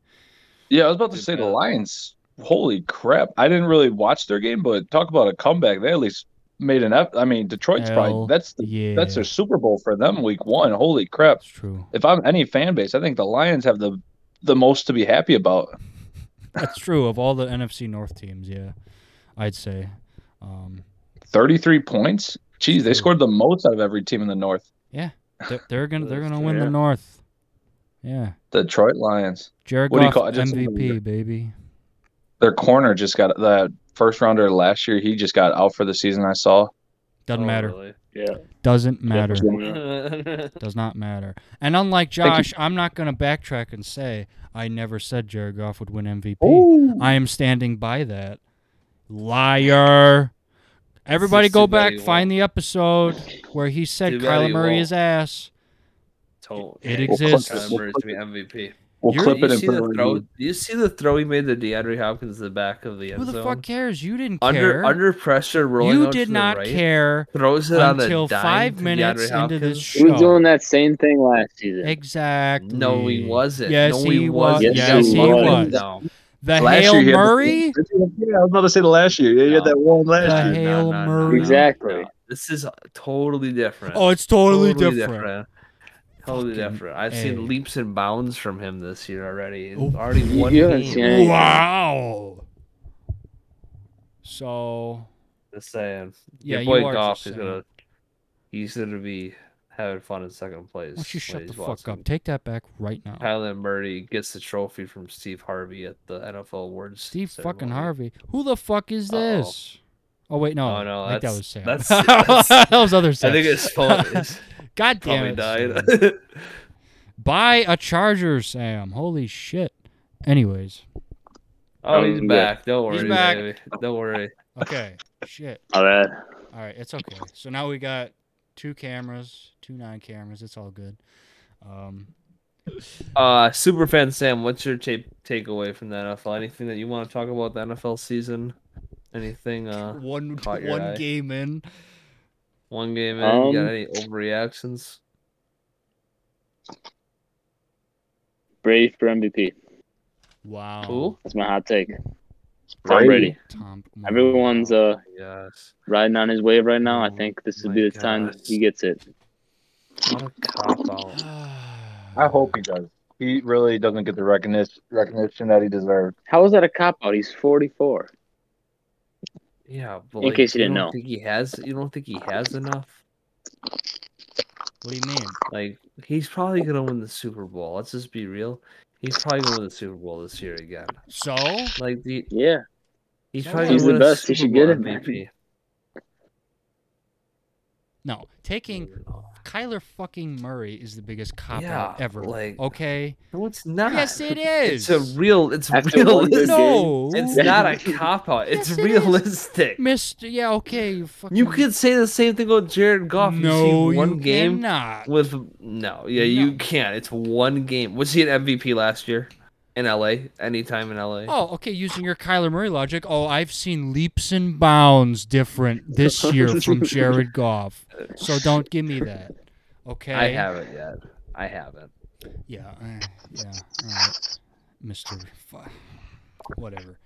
S4: Yeah, I was about to
S2: Good
S4: say the
S2: job.
S4: Lions. Holy crap! I didn't really watch their game, but talk about a comeback. They at least made an effort. I mean, Detroit's
S1: Hell
S4: probably that's the,
S1: yeah,
S4: that's their Super Bowl for them week one. Holy crap!
S1: It's true.
S4: If I'm any fan base, I think the Lions have the the most to be happy about.
S1: That's true of all the NFC North teams. Yeah, I'd say. Um,
S4: Thirty three points. Jeez, they scored the most out of every team in the North.
S1: they're, they're gonna they're
S2: That's
S1: gonna
S2: true,
S1: win the
S2: yeah.
S1: North. Yeah,
S4: Detroit Lions.
S1: Jared
S4: What do you
S1: Goff
S4: call it? Just-
S1: MVP baby.
S4: Their corner just got the first rounder last year. He just got out for the season. I saw.
S1: Doesn't
S2: Oh,
S1: matter.
S2: really?
S3: Yeah.
S1: Doesn't matter.
S3: Jefferson,
S1: Does not matter. And unlike
S4: you.
S1: Josh, I'm not gonna backtrack and say I never said Jared Goff would win MVP.
S4: Ooh.
S1: I am standing by that. Liar. Everybody
S2: It's
S1: go
S2: too bad
S1: back,
S2: he
S1: find the episode where he said
S2: Too bad
S1: Kyler
S2: he
S1: Murray
S2: won't.
S1: is ass.
S2: Don't-
S1: It
S2: Hey,
S4: We'll clip
S1: exists.
S4: this.
S2: Kyler
S4: We'll
S2: Murray's
S4: clip
S2: gonna be MVP.
S4: We'll
S1: You're-
S4: clip
S2: You
S4: it and
S2: see
S4: put it
S2: the
S4: on
S2: throw?
S4: YouTube.
S2: Do you see the throw he made to DeAndre Hopkins in the back of the end
S1: Who the
S2: zone?
S1: fuck cares? You didn't
S2: under
S1: care.
S2: under pressure, rolling
S1: you
S2: out
S1: did
S2: to
S1: not
S2: the right,
S1: care
S2: Throws it on a
S1: until
S2: dime
S1: five
S2: to
S1: minutes
S2: DeAndre
S1: into this
S2: Hopkins?
S3: He was
S1: show.
S3: doing that same thing last season.
S1: Exactly.
S2: No, he wasn't.
S1: Yes,
S2: no,
S1: he was.
S2: wasn't.
S3: Yes, he
S1: was.
S2: No.
S1: The
S4: Last year
S1: Hail
S4: he had the-
S1: Murray.
S4: Yeah, I was about to say the last year. Yeah, you had
S2: No.
S4: that one last
S1: The
S4: year.
S1: heck? Hail Murray.
S3: Exactly.
S2: This is totally different.
S1: Oh, it's totally, different.
S2: Totally
S1: Fucking
S2: different. I've
S1: A.
S2: seen leaps and bounds from him this year already.
S1: Oh,
S2: Already
S3: you-
S2: one
S3: you haven't
S2: game.
S3: seen it. Anything.
S1: Wow. So
S2: Just saying.
S1: yeah,
S2: Your boy
S1: you are
S2: Goff
S1: just
S2: is
S1: saying.
S2: gonna. He's gonna be having fun in second place.
S1: Why don't you shut the
S2: ladies
S1: fuck
S2: watching.
S1: up? Take that back right now.
S2: Kyler Murray gets the trophy from Steve Harvey at the NFL Awards.
S1: Steve fucking
S2: ceremony.
S1: Harvey. Who the fuck is
S2: Uh-oh.
S1: this? Oh wait, no.
S2: Oh, no,
S1: I think that
S2: that's-
S1: was Sam.
S2: that's- that's-
S1: that was other Sam.
S2: I think his phone is
S1: God damn
S2: probably
S1: it.
S2: died.
S1: Sam. Buy a charger, Sam. Holy shit. Anyways.
S2: oh, he's
S3: Um,
S2: back. Don't worry.
S1: He's back.
S2: baby. Don't worry.
S1: Okay. shit.
S3: All right.
S1: All right, it's okay. So now we got two cameras, two nine cameras. It's all good. Um,
S2: Uh, Superfan Sam, what's your tape takeaway from the NFL? Anything that you want to talk about the NFL season? Anything? Uh,
S1: one
S2: caught your
S1: one
S2: eye.
S1: game in.
S2: one game in, you
S3: Um,
S2: got any overreactions?
S3: Brady for MVP.
S1: Wow.
S2: Who?
S3: That's my hot take. Tom
S4: Brady.
S3: Brady.
S1: Tom.
S3: Everyone's uh
S2: Yes.
S3: riding on his wave right now. I
S1: Oh
S3: think this would
S2: my
S3: be the time
S2: gosh.
S3: he gets it.
S2: What a cop out.
S1: I
S4: I hope he does. He really doesn't get the recognition recognition that he deserved.
S3: How is that a cop out? He's 44.
S2: Yeah, but
S3: In
S2: like,
S3: case you didn't
S2: don't
S3: know.
S2: think he has? You don't think he has enough?
S1: What do you mean?
S2: Like he's probably gonna win the Super Bowl. Let's just be real. He's probably gonna win the Super Bowl this year again.
S1: So
S2: Like the,
S3: Yeah.
S2: he's
S1: Yeah.
S2: probably
S1: He's
S2: gonna
S1: the
S2: win a
S3: best. He
S2: Super
S3: should get
S2: Bowl
S3: it, man.
S2: MVP.
S1: no, taking Kyler fucking Murray is the biggest cop out
S2: Yeah,
S1: ever.
S2: like-
S1: okay.
S2: No, it's not.
S1: Yes, it
S2: It's a
S1: is.
S2: real. It's
S3: After one good
S2: realistic.
S1: No.
S2: It's not a cop out. It's
S1: Yes, it is.
S2: realistic.
S1: Mister. Yeah. Okay. You fucking.
S2: You could say the same thing about Jared Goff.
S1: No,
S2: you see one
S1: you
S2: game
S1: cannot.
S2: with no. Yeah, you
S1: No.
S2: can't. It's one game. Was he an MVP last year in LA? Anytime in LA?
S1: Oh, okay. Using your Kyler Murray logic, oh, I've seen leaps and bounds different this year from Jared Goff. So don't give me that. Okay.
S2: I haven't yet. I haven't.
S1: Yeah. eh, Yeah. All right. Mister. Fu- Whatever.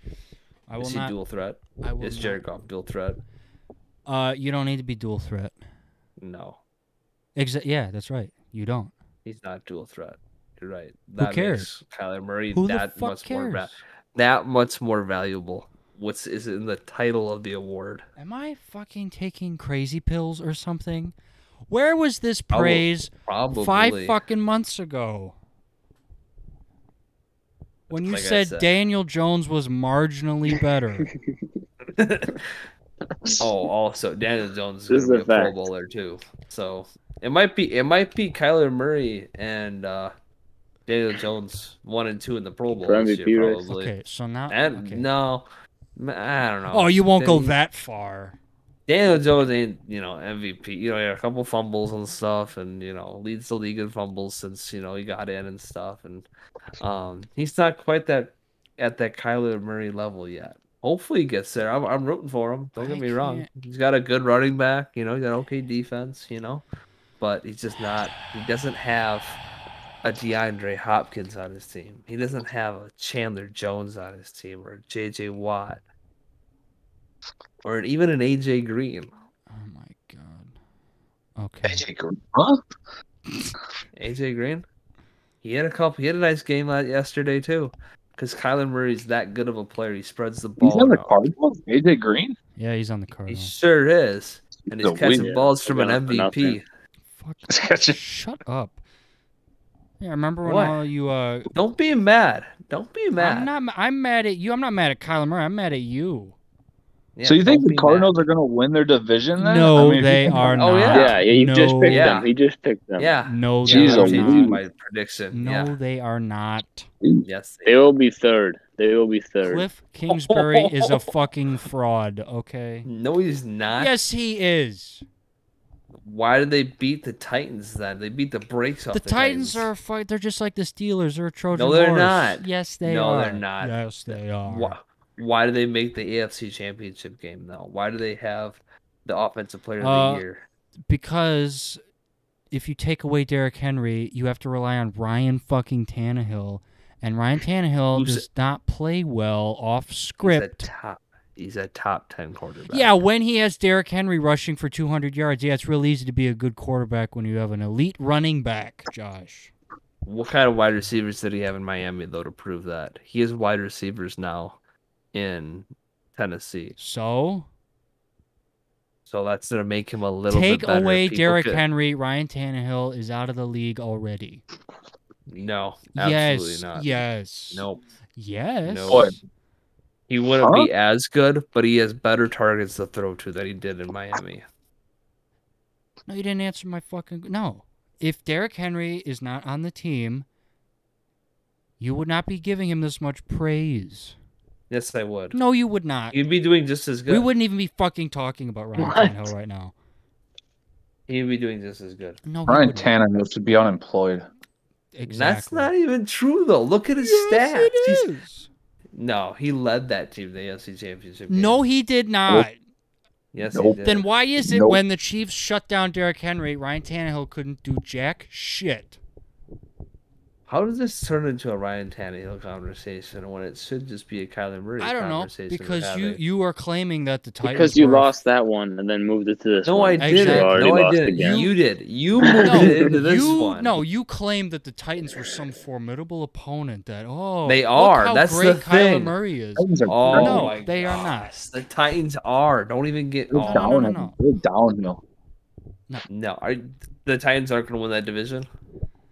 S1: I will
S2: Is he
S1: not.
S2: dual threat?
S1: I will
S2: Is
S1: not-
S2: Jared Goff dual threat?
S1: Uh, you don't need to be dual threat.
S2: No,
S1: Exa- yeah, that's right. You don't.
S2: he's not dual threat. You're right.
S1: cares?
S2: makes Kyler Murray
S1: Who
S2: that
S1: the fuck
S2: much more
S1: cares?
S2: va- that much more valuable. What's is in the title of the award?
S1: Am I fucking taking crazy pills or something? Where was this
S2: Probably.
S1: praise
S2: Probably
S1: five fucking months ago? When you
S2: Like I
S1: said,
S2: said.
S1: Daniel Jones was marginally better.
S2: Oh, also Daniel Jones is
S3: This
S2: gonna
S3: is
S2: be
S3: a
S2: a Pro
S3: fact.
S2: Bowler too. So it might be it might be Kyler Murray and uh, Daniel Jones one and two in the Pro Bowl
S3: For
S2: this
S3: MVP
S2: year
S3: race.
S2: probably.
S1: okay, so now.
S2: And
S1: okay.
S2: no, m- I don't know.
S1: oh, you won't go
S2: Daniel-
S1: that far.
S2: Daniel Jones ain't you know MVP. You know, he had a couple fumbles and stuff, and you know leads the league in fumbles since you know he got in and stuff, and um he's not quite that at that Kyler Murray level yet. Hopefully he gets there. I'm, I'm rooting for him. Don't
S1: I
S2: get me wrong.
S1: can't-
S2: He's got a good running back. You know, he got okay defense. You know, but he's just not. He doesn't have a DeAndre Hopkins on his team. He doesn't have a Chandler Jones on his team or a JJ Watt or an, even an AJ Green.
S1: Oh my god. Okay.
S4: AJ Green. Huh?
S2: AJ Green, he had a couple. He had a nice game la- yesterday too, because Kyler Murray's that good of a player. He spreads the ball.
S4: He's on the
S2: around.
S4: Cardinals. AJ Green.
S1: Yeah, he's on the
S2: He
S1: Cardinals.
S2: sure is, and he's
S4: The
S2: catching
S3: winner.
S2: balls from an
S3: Yeah, for
S2: MVP.
S3: nothing.
S1: Fuck.
S4: Catching-
S1: Shut up. Yeah, remember when
S2: What?
S1: all you uh
S2: Don't be mad. Don't be
S1: I'm
S2: mad.
S1: not ma- I'm mad at you. I'm not mad at Kyler Murray. I'm mad at you.
S2: Yeah,
S4: so you think
S2: don't
S4: the
S2: be mad.
S4: Cardinals are going to win their division? Then?
S1: No,
S4: I mean,
S1: they are not.
S2: Oh, yeah.
S3: Yeah, yeah, you just
S1: No.
S3: picked
S2: Yeah.
S3: them. He just picked them.
S2: Yeah.
S1: No, they
S4: Jeez,
S1: are
S2: yeah,
S4: Louise.
S1: not.
S2: my prediction.
S1: No,
S2: Yeah.
S1: they are not.
S2: Yes.
S3: They will be third. They will be third.
S1: Cliff Kingsbury is a fucking fraud, okay?
S2: No, he's not.
S1: Yes, he is.
S2: Why did they beat the Titans then? They beat the brakes off
S1: The
S2: the,
S1: Titans are a fight. They're just like the Steelers or a Trojan
S2: they're
S1: horse.
S2: not.
S1: Yes, they
S2: No,
S1: are.
S2: they're not.
S1: Yes, they are.
S2: Why, why do they make the AFC Championship game though? Why do they have the offensive player of
S1: Uh,
S2: the year?
S1: Because if you take away Derrick Henry, you have to rely on Ryan fucking Tannehill, and Ryan Tannehill
S2: Who's-
S1: does not play well off
S2: He's
S1: script.
S2: a top. He's a top ten quarterback.
S1: Yeah, when he has Derrick Henry rushing for 200 yards, yeah, it's real easy to be a good quarterback when you have an elite running back, Josh.
S2: What kind of wide receivers did he have in Miami though to prove that he has wide receivers now in Tennessee?
S1: So
S2: So that's gonna make him a little
S1: take
S2: bit better.
S1: away
S2: People
S1: Derrick
S2: could-
S1: Henry, Ryan Tannehill is out of the league already.
S2: No, absolutely
S1: yes,
S2: not.
S1: yes,
S2: Nope.
S1: yes.
S2: No.
S4: What?
S2: He wouldn't
S4: Huh?
S2: be as good, but he has better targets to throw to than he did in Miami.
S1: No, you didn't answer my fucking no. If Derrick Henry is not on the team, you would not be giving him this much praise.
S2: Yes, I would.
S1: No, you would not.
S2: He'd be doing just as good.
S1: We wouldn't even be fucking talking about Ryan
S3: What?
S1: Tannehill right now.
S2: He'd be doing just as good.
S1: No, we
S4: Ryan
S1: wouldn't.
S4: Tannehill should be unemployed.
S1: Exactly.
S2: That's not even true though. Look at his
S1: Yes,
S2: stats.
S1: it
S2: He's-
S1: is.
S2: No, he led that team to the AFC Championship. game.
S1: No, he did not.
S2: Yes,
S4: Nope.
S2: he did.
S1: Then why is it
S4: Nope.
S1: when the Chiefs shut down Derrick Henry, Ryan Tannehill couldn't do jack shit?
S2: How does this turn into a Ryan Tannehill conversation when it should just be a Kyler Murray?
S1: I don't know
S2: conversation eh? we're
S1: because you
S2: having?
S1: you are claiming that the Titans
S3: Because you
S1: were-
S3: lost that one and then moved it to this
S2: No, I
S3: one.
S1: Exactly.
S2: didn't.
S1: You
S3: already
S2: No, I
S3: lost
S2: didn't.
S3: again.
S2: You did. You moved
S1: No,
S2: it into this
S1: you,
S2: one.
S1: No, you claim that the Titans were some formidable opponent. That oh,
S2: They
S1: look
S2: are.
S1: how
S2: That's
S1: great
S2: the
S1: Kyler
S2: thing.
S1: Murray is.
S4: Titans are
S2: Oh
S1: No,
S2: my
S1: they are
S2: gosh.
S1: not.
S2: The Titans are. Don't even get.
S4: They're
S1: no, no,
S2: Oh,
S4: downhill.
S1: no.
S4: They're downhill.
S2: no, are, the Titans aren't going to win that division.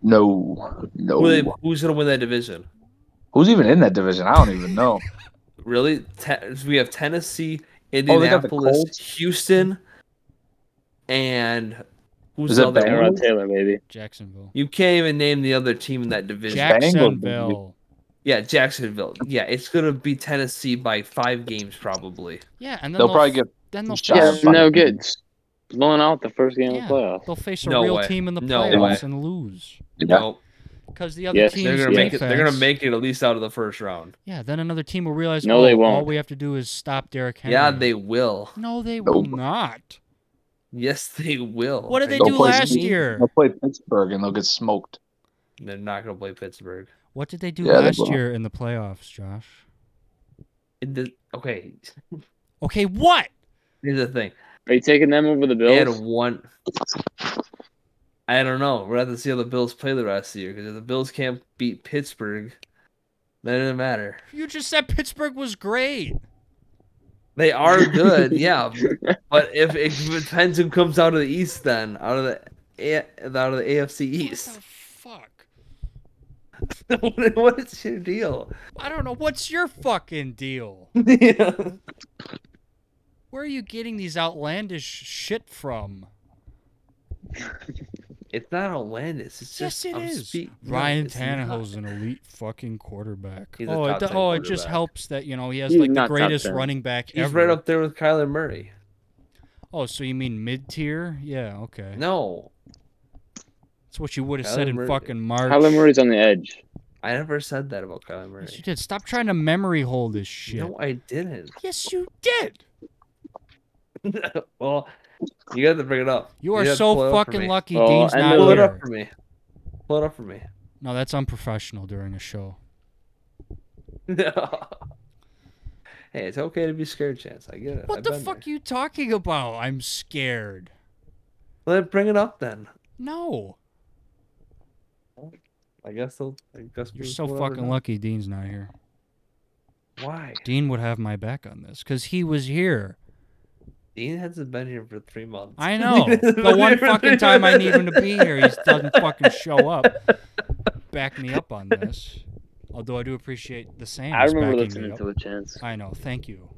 S4: No, no.
S2: Who are they- who's going to win that division?
S4: Who's even in that division? I don't even know.
S2: Really? Te- we have Tennessee,
S4: Oh, got the
S2: Indianapolis,
S4: Colts.
S2: Houston, and whoys
S4: Is
S2: the
S4: it
S2: other
S4: Bengals?
S2: one?
S3: Tyrod Taylor, baby.
S1: Jacksonville,
S2: You can't even name the other team in that division.
S1: Jacksonville.
S2: yeah, Jacksonville. Yeah, it's gonna be Tennessee by five games probably.
S1: Yeah, and then
S4: They'll probably
S1: f-
S4: get
S1: then they'll
S3: Yeah,
S4: Giants.
S1: face,
S4: Fine.
S3: no good. Blown out the first game
S1: Yeah.
S3: of the playoffs.
S1: they'll face a
S2: No
S1: real
S2: way.
S1: team in the
S2: No
S1: playoffs
S2: way.
S1: and lose
S2: No,
S1: because the other
S3: Yes,
S1: team's
S2: they're gonna
S3: Teams
S2: make it. They're gonna
S1: defense-
S2: make it at least out of the first round.
S1: Yeah, then another team will realize.
S3: No, they
S1: oh, All
S3: won't.
S1: we have to do is stop Derrick Henry.
S2: Yeah, they will.
S1: No, they
S4: Nope.
S1: will not.
S2: Yes, they will.
S1: What did they
S4: They'll
S1: do
S4: play-
S1: last year?
S4: They'll play Pittsburgh and they'll get smoked.
S2: They're not gonna play Pittsburgh.
S1: What did they do
S4: Yeah, they
S1: last
S4: will.
S1: year in the playoffs, Josh?
S2: It did- okay,
S1: Okay, what?
S2: here's the thing.
S3: Are you taking them over the
S2: They had
S3: Bills?
S2: one. I don't know. We're gonna have to see how the Bills play the rest of the year because if the Bills can't beat Pittsburgh, then it doesn't matter.
S1: You just said Pittsburgh was great.
S2: They are good, yeah. But if it depends who comes out of the East, then out of the A- out of the AFC
S1: What
S2: East,
S1: the fuck?
S2: What- what is your deal?
S1: I don't know. What's your fucking deal?
S2: yeah.
S1: Where are you getting these outlandish shit from?
S2: It's not outlandish. It's
S1: yes,
S2: just
S1: it
S2: I'm
S1: is.
S2: speak- no,
S1: Ryan
S2: it's not.
S1: Tannehill's an elite fucking quarterback.
S2: He's a
S1: oh, it,
S2: top
S1: do-
S2: ten
S1: oh, it just
S2: quarterback.
S1: helps that you know he has
S3: He's
S1: like the
S3: not top
S1: greatest
S3: 10.
S1: running back
S2: He's
S1: ever.
S2: right up there with Kyler Murray.
S1: Oh, so you mean mid tier? Yeah, okay.
S2: No,
S1: That's what you would have
S2: Kyler
S1: said in
S2: Murray-
S1: fucking March.
S3: Kyler Murray's on the edge.
S2: I never said that about Kyler
S1: Yes, you
S2: Murray.
S1: did. Stop trying to memory hole this shit.
S2: No, I didn't.
S1: Yes, you did.
S2: well, you got to bring it up.
S1: You are
S2: have to pull
S1: so
S2: it up for
S1: fucking
S2: me.
S1: lucky.
S3: Oh,
S1: Dean's
S3: and
S1: not
S2: Pull it
S1: here.
S2: up for me. Pull it up for me.
S1: No, that's unprofessional during a show.
S2: Hey, it's okay to be scared, Chance. I get it.
S1: What
S2: I've
S1: the
S2: been
S1: fuck are you talking about? I'm scared.
S2: there. Let bring it up then.
S1: No.
S2: I guess they'll. I guess
S1: You're
S2: we'll-
S1: so
S2: whatever
S1: fucking
S2: now.
S1: lucky Dean's not here.
S2: Why?
S1: Dean would have my back on this because he was here.
S2: Dean hasn't been here for three months.
S1: I know.
S2: Dean hasn't
S1: the
S2: been
S1: one
S2: here for three
S1: fucking time I need him to be
S2: months.
S1: here, he doesn't fucking show up. Back me up on this. Although I do appreciate the Sans.
S3: I remember
S1: backing me
S3: listening
S1: up.
S3: to it, Chance.
S1: I know. Thank you.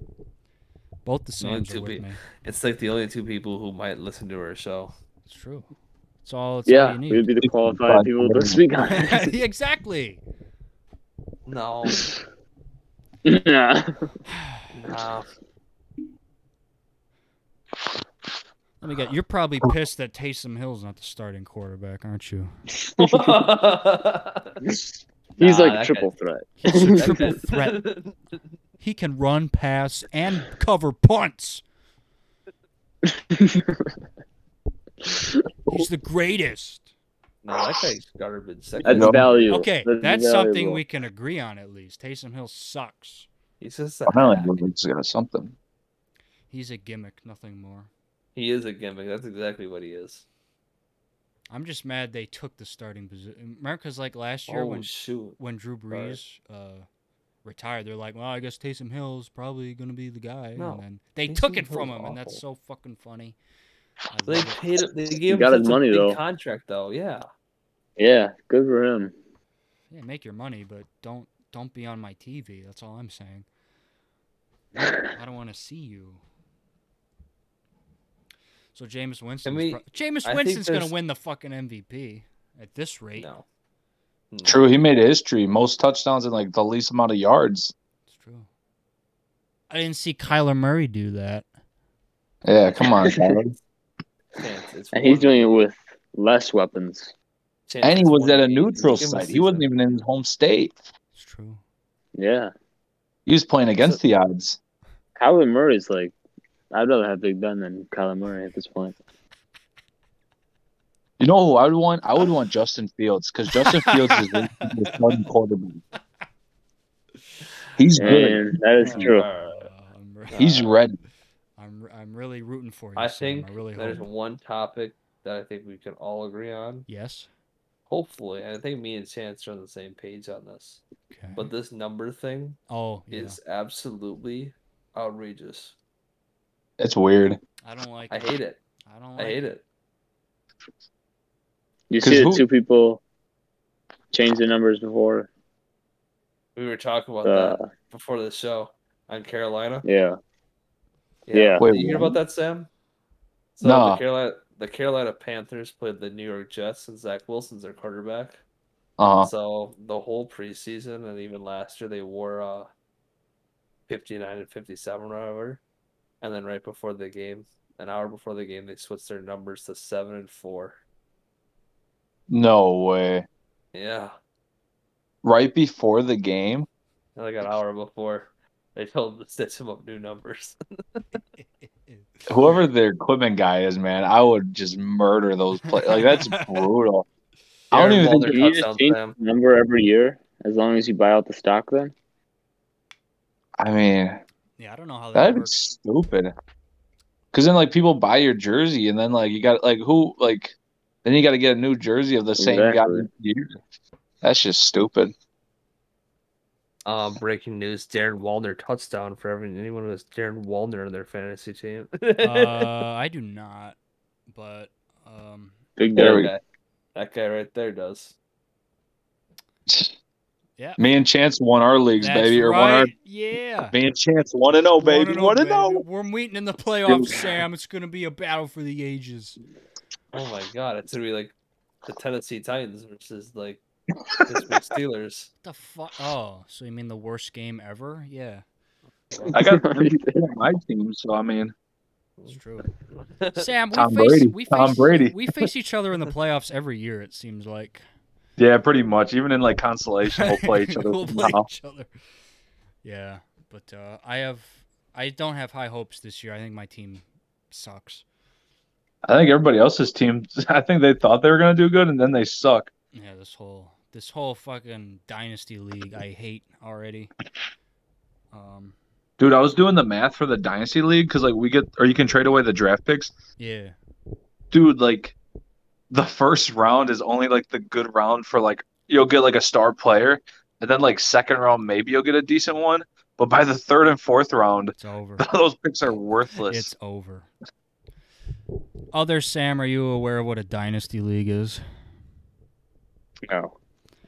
S1: Both the
S2: only
S1: Sans
S2: two
S1: are with
S2: pe-
S1: me.
S2: It's like the only two people who might listen to her show.
S1: It's true. It's all. It's all
S3: Yeah,
S1: you
S3: we
S1: need.
S3: would be the qualified people to speak on it.
S1: Yeah, exactly.
S2: No,
S3: yeah.
S2: no.
S1: Let me get. You're probably pissed that Taysom Hill's not the starting quarterback, aren't you?
S2: He's
S3: He's
S2: Nah, that
S3: like triple threat.
S1: He's a triple threat. He can run, pass, and cover punts. He's the greatest.
S2: No, that guy's garbage. That guy's-
S3: That's
S4: No.
S3: value.
S1: Okay, that's something we can agree on at least. Taysom Hill sucks.
S2: He's just.
S4: I don't
S2: A,
S4: think it's got something.
S1: He's a gimmick, nothing more.
S2: he is a gimmick. That's exactly what he is.
S1: I'm just mad they took the starting position. America's like last year
S2: Oh
S1: when
S2: shoot!
S1: when Drew
S2: Right.
S1: Brees uh, retired, they're like, "Well, I guess Taysom Hill's probably gonna be the guy."
S2: No,
S1: And then they
S2: Taysom
S1: took it from
S2: Hill's
S1: him, and that's so fucking funny. I
S2: So they
S1: love it.
S2: paid. They gave him
S3: got his
S2: such a
S3: money,
S2: big
S3: though.
S2: Contract though, yeah.
S3: Yeah, good for him.
S1: Yeah, make your money, but don't don't be on my TV. That's all I'm saying. I don't want to see you. So Jameis Winston,
S2: we-
S1: Jameis
S2: I think
S1: Winston's gonna
S2: there's-
S1: win the fucking MVP at this rate.
S2: No. No.
S4: True, he made history. Most touchdowns and like the least amount of yards.
S1: It's true. I didn't see Kyler Murray do that.
S4: Yeah, come on. Tyler.
S2: Chance, it's
S3: And he's
S2: one-
S3: doing it with less weapons.
S2: Chance,
S4: and he
S2: it's
S4: was
S2: one
S4: at a
S2: game.
S4: neutral
S2: Give him a
S4: site. He wasn't
S2: season.
S4: even in his home state.
S1: It's true.
S3: Yeah.
S4: He was playing against the odds.
S3: Kyler Murray's like, I'd rather have Big Ben than Kyler Murray at this point.
S4: You know who I would want? I would want Justin Fields because Justin Fields is the starting quarterback. He's good.
S3: And that is true.
S1: Uh,
S2: Uh,
S1: I'm, re-
S4: He's ready.
S1: I'm, re- I'm really rooting for you.
S2: I
S1: Sam.
S2: think
S1: I really
S2: there's
S1: hope.
S2: one topic that I think we can all agree on.
S1: Yes.
S2: Hopefully, and I think me and Chance are on the same page on this.
S4: Mm-hmm.
S1: Okay.
S2: But this number thing
S1: oh, yeah.
S2: is absolutely outrageous.
S4: That's weird.
S1: I don't like.
S2: I hate it.
S1: I don't
S2: I
S1: like.
S2: hate it.
S3: You
S4: 'Cause
S3: see the
S4: who-
S3: two people change the numbers before.
S2: We were talking about
S3: Uh,
S2: that before the show on Carolina.
S3: yeah. yeah.
S4: Wait,
S2: Did you hear
S4: what?
S2: about that, Sam? So
S4: Nah.
S2: the Carolina the Carolina Panthers played the New York Jets and Zach Wilson's their quarterback. Oh.
S4: Uh,
S2: So the whole preseason and even last year they wore uh, 59 and 57 or whatever. And then right before the game, an hour before the game, they switched their numbers to seven and four.
S4: no way.
S2: Yeah,
S4: Right before the game,
S2: like an hour before, they told them to stitch them up new numbers.
S4: whoever their equipment guy is, man, I would just murder those players. Like that's brutal. I don't
S2: Darren
S4: even think
S2: Waller
S3: Can you just
S2: touchdown
S3: change
S2: slam.
S3: the number every year as long as you buy out the stock then?
S4: I mean,
S1: Yeah, I don't know how that
S4: that'd be
S1: works.
S4: stupid. Because then, like, people buy your jersey, and then, like, you got like who, like, then you got to get a new jersey of the same
S3: Exactly.
S4: guy. each year. That's just stupid.
S2: Um, breaking news: Darren Wallner touchdown for everyone. Anyone who has Darren Wallner in their fantasy team.
S1: uh, I do not, but um,
S3: Big Ben.
S4: There we-
S2: that, guy, that guy right there does.
S1: yeah.
S4: Me and Chance won our leagues,
S1: That's
S4: baby, or won
S1: right.
S4: our
S1: yeah.
S4: me and Chance one and zero, baby,
S1: Wanna
S4: one
S1: know,
S4: and zero.
S1: baby. We're meeting in the playoffs, Sam. It's gonna be a battle for the ages.
S2: Oh my god, it's gonna be like the Tennessee Titans versus like this week's Steelers.
S1: the fuck? Oh, so you mean the worst game ever? Yeah,
S4: I got three on my team, so I mean,
S1: it's true. Sam, we
S4: Tom
S1: face,
S4: Brady.
S1: We face,
S4: Tom Brady.
S1: We face each other in the playoffs every year. It seems like
S4: yeah, pretty much. Even in like consolation, we'll play each other.
S1: We'll play
S4: somehow.
S1: each other. Yeah, but uh, I have, I don't have high hopes this year. I think my team sucks.
S4: I think everybody else's team. I think they thought they were gonna do good, and then they suck.
S1: Yeah, this whole this whole fucking dynasty league I hate already. Um,
S4: Dude, I was doing the math for the dynasty league because like we get or you can trade away the draft picks.
S1: Yeah.
S4: Dude, like the first round is only like the good round for like you'll get like a star player, and then like second round maybe you'll get a decent one, but by the third and fourth round,
S1: It's over.
S4: those picks are worthless.
S1: It's over. Other Sam, are you aware of what a dynasty league is?
S3: No,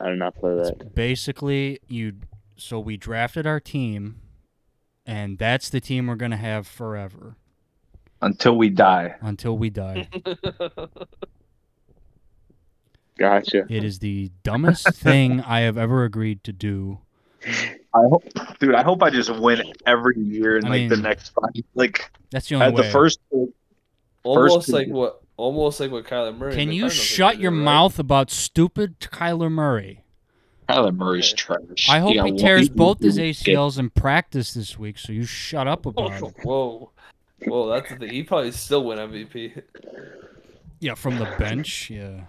S3: I did not play that.
S1: Basically, you. So we drafted our team, and that's the team we're gonna have forever
S4: Until we die.
S1: until we die.
S3: Gotcha.
S1: it is the dumbest thing I have ever agreed to do.
S4: I hope dude, I hope I just win every year in
S1: I
S4: like the
S1: mean-
S4: next five like
S1: That's the only
S4: at
S1: way.
S4: the first
S2: almost
S4: First-
S2: like what almost like what Kyler Murray.
S1: Can
S2: and the
S1: you
S2: Cardinals are
S1: shut
S2: doing,
S1: your
S2: right?
S1: mouth about stupid Kyler Murray?
S4: Kyler Murray's trash.
S1: I hope
S4: got
S1: he
S4: one-
S1: tears both his
S4: get-
S1: ACLs in practice this week, so you shut up about it.
S2: Whoa. Whoa, that's the thing. He probably still win MVP.
S1: Yeah, from the bench. Yeah.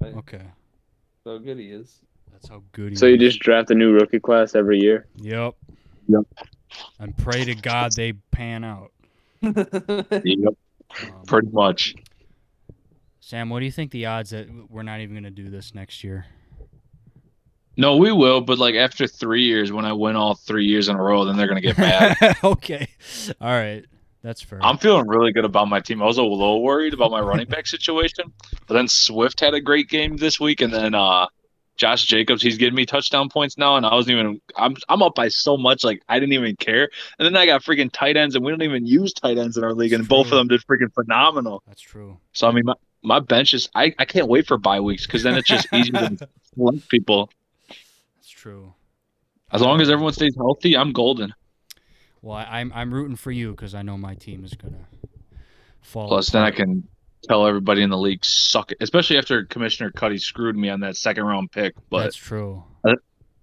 S2: Right.
S1: Okay.
S2: So good he is.
S1: That's how good he
S3: So you
S1: is.
S3: just draft a new rookie class every year?
S1: Yep.
S4: Yep.
S1: And pray to God they pan out.
S4: Yep,
S1: Um,
S4: pretty much.
S1: Sam, what do you think the odds that we're not even going to do this next year?
S4: No, we will, but like after three years, when I win all three years in a row, then they're gonna get mad.
S1: okay. All right. That's fair.
S4: I'm feeling really good about my team. I was a little worried about my running back situation, but then Swift had a great game this week, and then uh, Josh Jacobs, he's giving me touchdown points now, and I wasn't even. I'm I'm up by so much, like I didn't even care. And then I got freaking tight ends, and we don't even use tight ends in our league, and
S1: It's
S4: both of
S1: true.
S4: them did freaking phenomenal.
S1: That's true.
S4: So I mean, my, my bench is. I I can't wait for bye weeks because then it's just easier to
S1: That's
S4: select people.
S1: true.
S4: As long as everyone stays healthy, I'm golden.
S1: Well, I, I'm I'm rooting for you because I know my team is gonna fall.
S4: Plus, then I
S1: apart.
S4: can tell everybody in the league suck it, especially after Commissioner Cuddy screwed me on that second round pick. But
S1: That's true.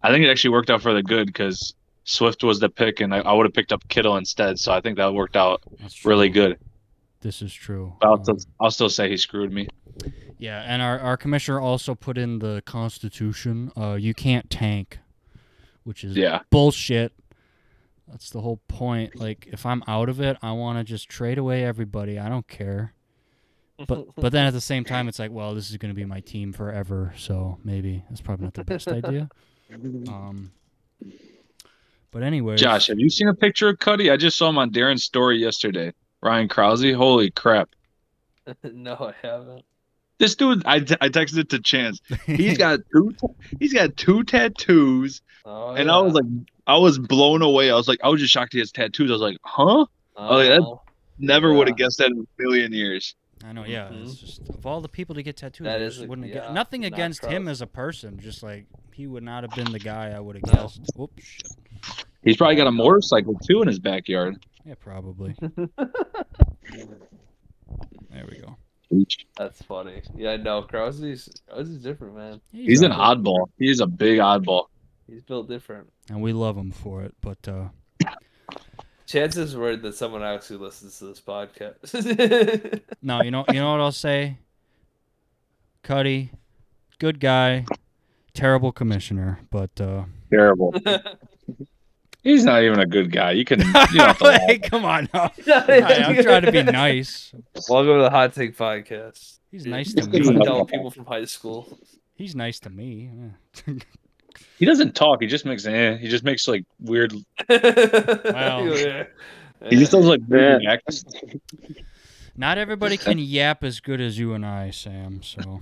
S4: I think it actually worked out for the good because Swift was the pick, and I, I would have picked up Kittle instead. So I think that worked out
S1: That's true.
S4: really good.
S1: This is true.
S4: But I'll,
S1: Um,
S4: still, I'll still say he screwed me.
S1: yeah, and our, our commissioner also put in the Constitution. Uh, you can't tank, which is
S4: Yeah,
S1: bullshit. That's the whole point. Like, if I'm out of it, I want to just trade away everybody. I don't care. But but then at the same time, it's like, well, this is going to be my team forever. So maybe that's probably not the best idea. Um, but anyway,
S4: Josh, have you seen a picture of Cuddy? I just saw him on Darren's story yesterday. Ryan Krause, holy crap!
S2: no, I haven't.
S4: This dude, I, I texted it to Chance. He's got two, he's got two tattoos.
S2: Oh,
S4: And
S2: yeah.
S4: I was like, I was blown away. I was like, I was just shocked he has tattoos. I was like, huh?
S2: oh,
S4: like, that-
S2: wow.
S4: Never would
S2: Yeah.
S4: have guessed that in a million years.
S1: I know, yeah. It's just of all the people to get tattoos,
S2: Mm-hmm. That
S1: I
S2: is
S1: just
S2: a-
S1: wouldn't have
S2: yeah,
S1: guessed. Nothing
S2: not
S1: against him
S2: trust.
S1: as a person, just like he would not have been the guy I would have
S2: No.
S1: guessed. Oops.
S4: He's probably got a motorcycle too in his backyard.
S1: Yeah, probably. there we go.
S2: that's funny. Yeah, no, Krause's Krause's different, man.
S4: He's an
S1: all right.
S4: oddball. He is a big oddball.
S2: He's built different.
S1: and we love him for it. But uh,
S2: Chances were that someone actually listens to this podcast.
S1: no, you know, you know what I'll say. Cuddy, good guy, terrible commissioner, but uh,
S4: Terrible. He's not even a good guy. You can. You don't have to
S1: hey,
S4: lie.
S1: come on, now. Hey, I'm trying to be nice.
S2: Welcome to the Hot Take Podcast.
S1: He's nice to
S4: He's
S2: He's
S1: me.
S4: enough.
S2: telling people from high school.
S1: He's nice to me. Yeah.
S4: He doesn't talk. He just makes. Eh, he just makes like weird.
S1: Wow.
S2: Yeah.
S4: He just does like weird
S3: Yeah.
S4: acts.
S1: Not everybody can yap as good as you and I, Sam. So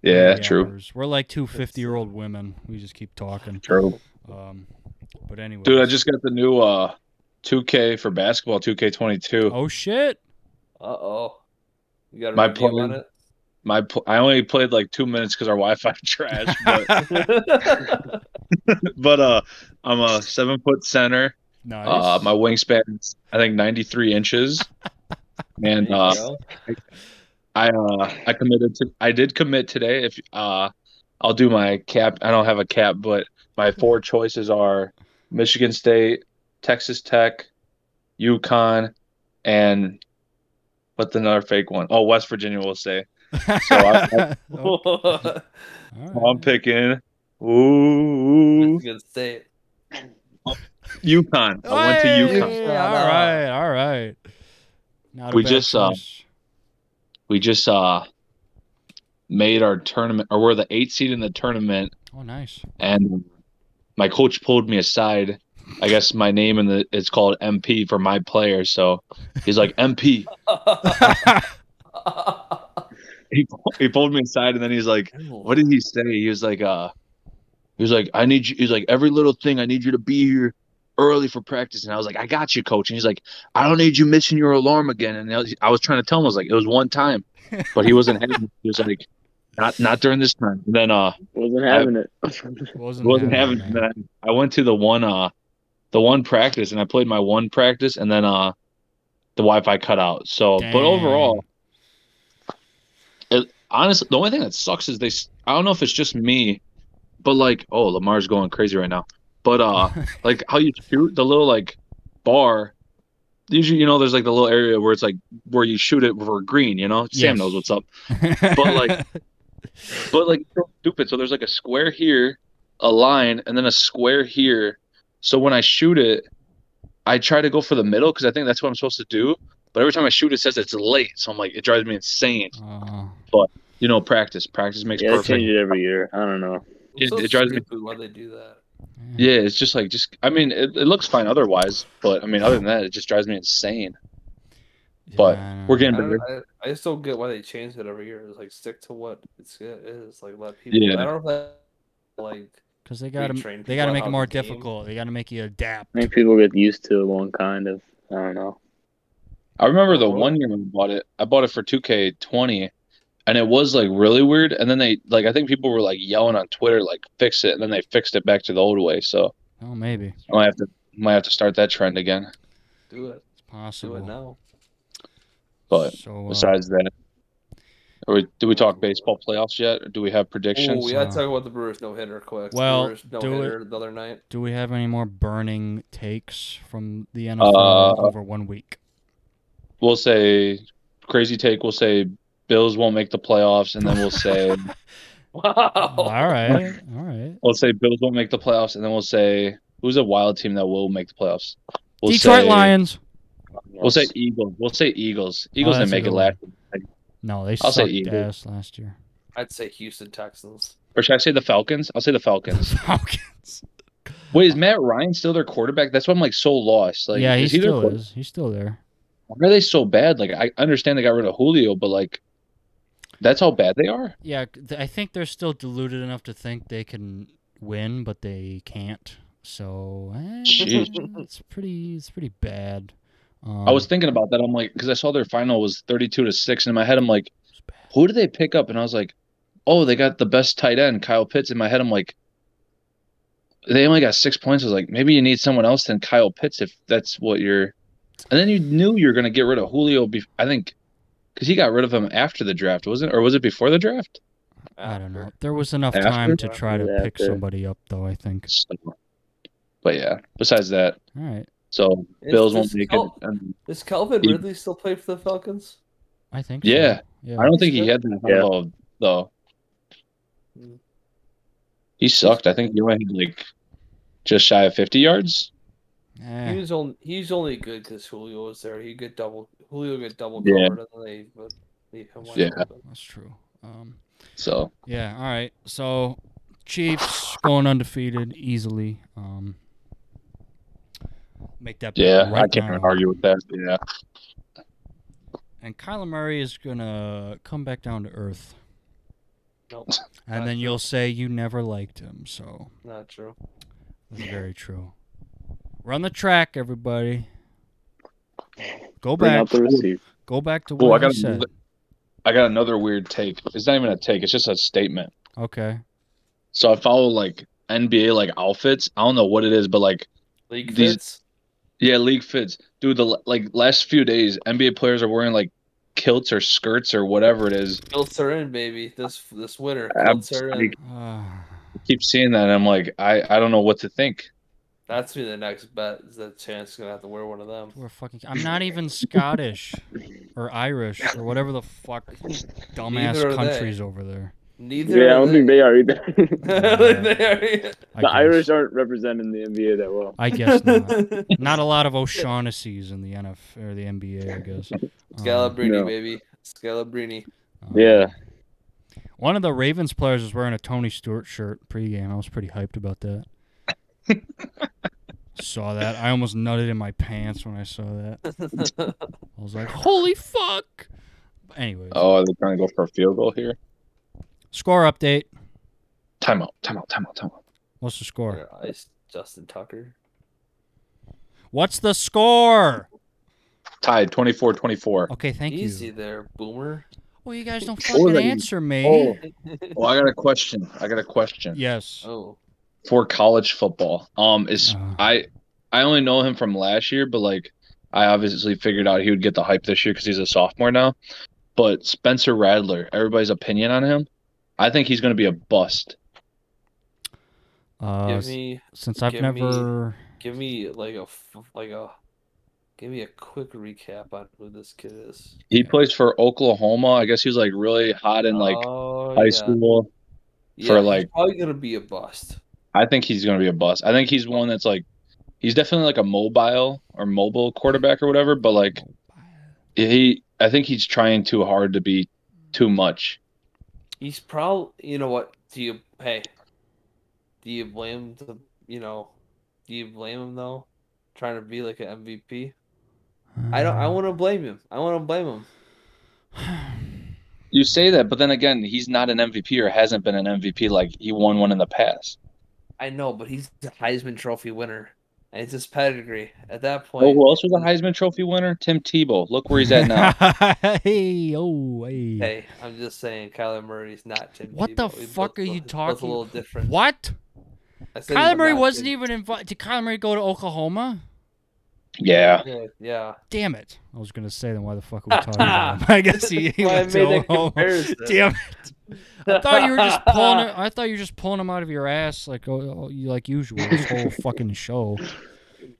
S4: Yeah,
S1: we're
S4: true.
S1: yappers. We're like two 50 year old women. We just keep talking.
S4: True.
S1: Um, but anyway,
S4: Dude, I just got the new uh 2K for basketball. 2K22.
S1: oh shit.
S2: Uh oh. You got a
S4: My
S2: review on
S4: plan-
S2: it?
S4: My pl- I only played like two minutes because our Wi-Fi trash. But but uh, I'm a seven foot center.
S1: Nice.
S4: Uh, my wingspan's I think 93 inches,
S2: There
S4: and
S2: you
S4: uh,
S2: go.
S4: I uh, I committed to I did commit today. If uh, I'll do my cap. I don't have a cap, but my four choices are Michigan State, Texas Tech, UConn, and what's another fake one? Oh, West Virginia will say. so I-
S1: All
S4: I'm
S1: right.
S4: picking. Ooh.
S2: Michigan State.
S4: UConn. I went to
S1: Hey,
S4: UConn.
S1: All right, all right. Not a
S4: We
S1: bad
S4: just, uh,
S1: choice.
S4: We just uh made our tournament, or we're the eight seed in the tournament,
S1: Oh, nice.
S4: and my coach pulled me aside. I guess my name in the it's called MP for my player, so he's like MP. He he pulled me aside, and then he's like, what did he say? He was like, uh, he was like, I need you. He's like, every little thing, I need you to be here early for practice. And I was like, I got you, coach. And he's like, I don't need you missing your alarm again. And I was, I was trying to tell him, I was like, it was one time, but he wasn't having. it. He was like, not not during this time. And then uh,
S3: Wasn't having it.
S4: he
S1: Wasn't,
S4: wasn't having. it.
S1: it,
S4: And
S1: man.
S4: then I went to the one uh, the one practice, and I played my one practice, and then uh, the Wi-Fi cut out. So, but overall, honestly, the only thing that sucks is they. s- I don't know if it's just me, but like, oh, Lamar's going crazy right now. But uh,
S1: Dang.
S4: like how you shoot the little like bar. Usually, you know, there's like the little area where it's like where you shoot it for green. You know, Sam
S1: Yes.
S4: knows what's up. uh, But like, but like it's so stupid. So there's like a square here, a line, and then a square here. So when I shoot it, I try to go for the middle because I think that's what I'm supposed to do. But every time I shoot, it says it's late. So I'm like, it drives me insane.
S1: Uh,
S4: You know, practice. Practice makes
S3: Yeah, they
S4: perfect.
S3: change it every year. I don't know.
S4: It- it drives me-
S2: Why they do that?
S4: Yeah, it's just like just. I mean, it, it looks fine otherwise, but I mean, other than that, it just drives me insane. but
S1: I don't
S4: We're
S1: know.
S2: I,
S4: getting
S2: don't-
S4: bigger.
S2: I, I just don't get why they changed it every year. It's like stick to what it's it is. Like let people.
S4: Yeah.
S2: I don't know if that like
S1: Cause they gotta
S2: retrain
S1: they gotta
S2: people
S1: make it
S2: how
S1: more
S2: the game-
S1: difficult. They gotta make you adapt.
S3: I think people get used to one kind of. I don't know.
S4: I remember the one year when I bought it. I bought it for 2K20, and it was like really weird. And then they like, I think people were like yelling on Twitter, like fix it, and then they fixed it back to the old way. So
S1: Oh, maybe
S4: I might have to might have to start that trend again.
S2: do it.
S1: it's
S2: Do
S1: possible.
S2: it now.
S4: But
S1: so, uh,
S4: besides that, are we, do we talk baseball playoffs yet? Or do we have predictions?
S2: Oh, we gotta
S1: uh,
S2: talk about the Brewers no hitter quick.
S1: well,
S2: Brewers no
S1: do
S2: hitter the other night.
S1: do we have any more burning takes from the NFL
S4: Uh,
S1: over one week?
S4: We'll say crazy take. We'll say Bills won't make the playoffs, and then we'll say.
S1: All
S2: Wow.
S1: right, all right.
S4: We'll say Bills won't make the playoffs, and then we'll say who's a wild team that will make the playoffs. We'll
S1: Detroit
S4: say,
S1: Lions. Oh,
S4: We'll say Eagles. We'll say Eagles. Eagles
S1: that's
S4: didn't
S1: a
S4: make
S1: good
S4: it
S1: one.
S4: last.
S1: No, they
S4: I'll say E
S1: sucked
S4: Eagles.
S1: ass last year.
S2: I'd say Houston Texans.
S4: Or should I say the Falcons? I'll say the
S1: The
S4: Falcons.
S1: Falcons.
S4: Wait, is Matt Ryan still their quarterback? That's why I'm like so lost. Like,
S1: yeah, he
S4: is he their
S1: still
S4: quarter-
S1: is. He's still there.
S4: Why are they so bad? Like, I understand they got rid of Julio, but like, that's how bad they are.
S1: Yeah, c- th- I think they're still deluded enough to think they can win, but they can't. So eh,
S4: Jeez.
S1: it's pretty, it's pretty bad. Um,
S4: I was thinking about that. I'm like, because I saw their final was 32 to six, and in my head, I'm like,
S1: it's bad.
S4: who did they pick up? And I was like, oh, they got the best tight end, Kyle Pitts. In my head, I'm like, they only got six points. I was like, maybe you need someone else than Kyle Pitts if that's what you're. And then you knew you were going to get rid of Julio. Be- I think because he got rid of him after the draft, wasn't or was it before the draft?
S1: I don't know. There was enough
S4: After?
S1: time to try to
S3: Yeah,
S1: pick
S3: after.
S1: somebody up, though. I think.
S4: So, but yeah, besides that,
S1: All right,
S4: so
S2: Is-
S4: Bills
S2: does
S4: won't make
S2: Kel-
S4: it. And
S2: Does Calvin
S4: He-
S2: Ridley still play for the Falcons?
S1: I think.
S4: Yeah,
S1: so. yeah.
S4: I don't think he had that
S3: Yeah.
S4: though. though.
S2: Hmm.
S4: He sucked. I think he only had like just shy of 50 yards.
S1: Eh,
S2: He was only he's only good because Julio was there. He get double Julio get double
S4: Yeah.
S2: covered and they would leave him wide
S4: Yeah.
S2: open.
S1: that's true. Um,
S4: So
S1: yeah. All right. So Chiefs going undefeated easily. Um, make that. bet
S4: yeah,
S1: right
S4: I can't
S1: now.
S4: argue with that. Yeah,
S1: And Kyler Murray is gonna come back down to earth.
S2: Nope.
S1: And
S2: Not
S1: then
S2: true.
S1: you'll say you never liked him. So
S2: Not true.
S1: that's very true. Run the track, everybody. Go
S3: Bring
S1: back.
S3: out the receipts.
S1: Go back to
S4: Ooh, I
S1: what
S4: got
S1: you said.
S4: another- I got another weird take. It's not even a take. It's just a statement.
S1: Okay.
S4: So I follow like NBA like outfits. I don't know what it is, but like
S2: League
S4: These-
S2: fits.
S4: yeah, league fits. Dude, the like last few days, NBA players are wearing like kilts or skirts or whatever it is.
S2: Kilts are in, baby. This this winter.
S4: I'm-
S2: Kilts are
S4: I
S2: in.
S1: Uh,
S4: keep seeing that, and I'm like, I I don't know what to think.
S2: That's be the next bet. Is that Chance is gonna have to wear one of them?
S1: we're fucking. I'm not even Scottish or Irish or whatever the fuck dumbass
S2: Neither are they.
S1: countries over there.
S2: Neither.
S3: Yeah, I
S2: of
S3: don't think
S2: the-
S3: they are either.
S2: They are-
S1: I
S3: the
S1: guess.
S3: Irish aren't representing the NBA that well.
S1: I guess not. not a lot of O'Shaughnessy's in the NF or the NBA. I guess. Um,
S2: Scalabrini,
S3: No.
S2: baby. Scalabrini.
S4: Oh.
S1: um,
S3: Yeah,
S1: One of the Ravens players was wearing a Tony Stewart shirt pregame. I was pretty hyped about that. saw that. I almost nutted in my pants when I saw that. I was like, "Holy fuck!" Anyways,
S4: Oh, are they trying to go for a field goal here?
S1: score update.
S5: Timeout, timeout, timeout, timeout.
S1: What's the score?
S2: Or Ice Justin Tucker.
S1: What's the score?
S4: Tied 24 24.
S1: Okay, thank
S2: Easy
S1: you.
S2: there, boomer.
S1: Well, you guys don't
S4: Oh,
S1: fucking
S4: that you-
S1: answer me.
S4: Oh. Well, I got a question. I got a question
S1: Yes.
S2: oh,
S4: for college football. Um,
S2: Uh-huh.
S4: is
S1: Uh.
S4: I I only know him from last year, but like I obviously figured out he would get the hype this year because he's a sophomore now. But Spencer Radler, everybody's opinion on him, I think he's going to be a bust.
S1: Uh,
S2: give
S1: s-
S2: me,
S1: since I've
S2: give me-
S1: never.
S2: give me like a, f- like a, give me a quick recap on who this kid is.
S4: He plays for Oklahoma. I guess he was like really hot in like
S2: oh,
S4: high
S2: yeah.
S4: school. for,
S2: he's
S4: like-
S2: probably gonna be a bust.
S4: I think he's going to be a bust. I think he's one that's like, he's definitely like a mobile or mobile quarterback or whatever. But like he, I think he's trying too hard to be too much.
S2: He's probably, you know what? Do you hey? Do you blame the, you know, do you blame him though? Trying to be like an MVP. I don't. I
S1: Mm.
S2: want to blame him. I want to blame him.
S4: You say that, but then again, he's not an MVP or hasn't been an MVP. Like he won one in the past.
S2: I know, but he's the Heisman Trophy winner, and it's his pedigree. At that point,
S4: Oh, who else was a Heisman Trophy winner? Tim Tebow. Look where he's at now.
S1: hey, oh, hey.
S2: hey, I'm just saying, Kyler Murray's not Tim.
S1: What the
S2: Tebow. He
S1: fuck
S2: looks-
S1: are you
S2: looks
S1: talking-
S2: A little different.
S1: What?
S2: I said he's
S1: Kyler Murray
S2: not
S1: wasn't
S2: Tim-
S1: even invited. Did Kyler Murray go to Oklahoma?
S4: yeah.
S2: Yeah, yeah.
S1: Damn it. I was going to say, then why the fuck are we talking about him? I guess he, he
S2: Why I
S1: went to
S2: made that
S1: Oklahoma.
S2: comparison.
S1: Damn it. I thought you were just pulling it, I thought you were just pulling him out of your ass like oh, oh, you- like usual this whole fucking show.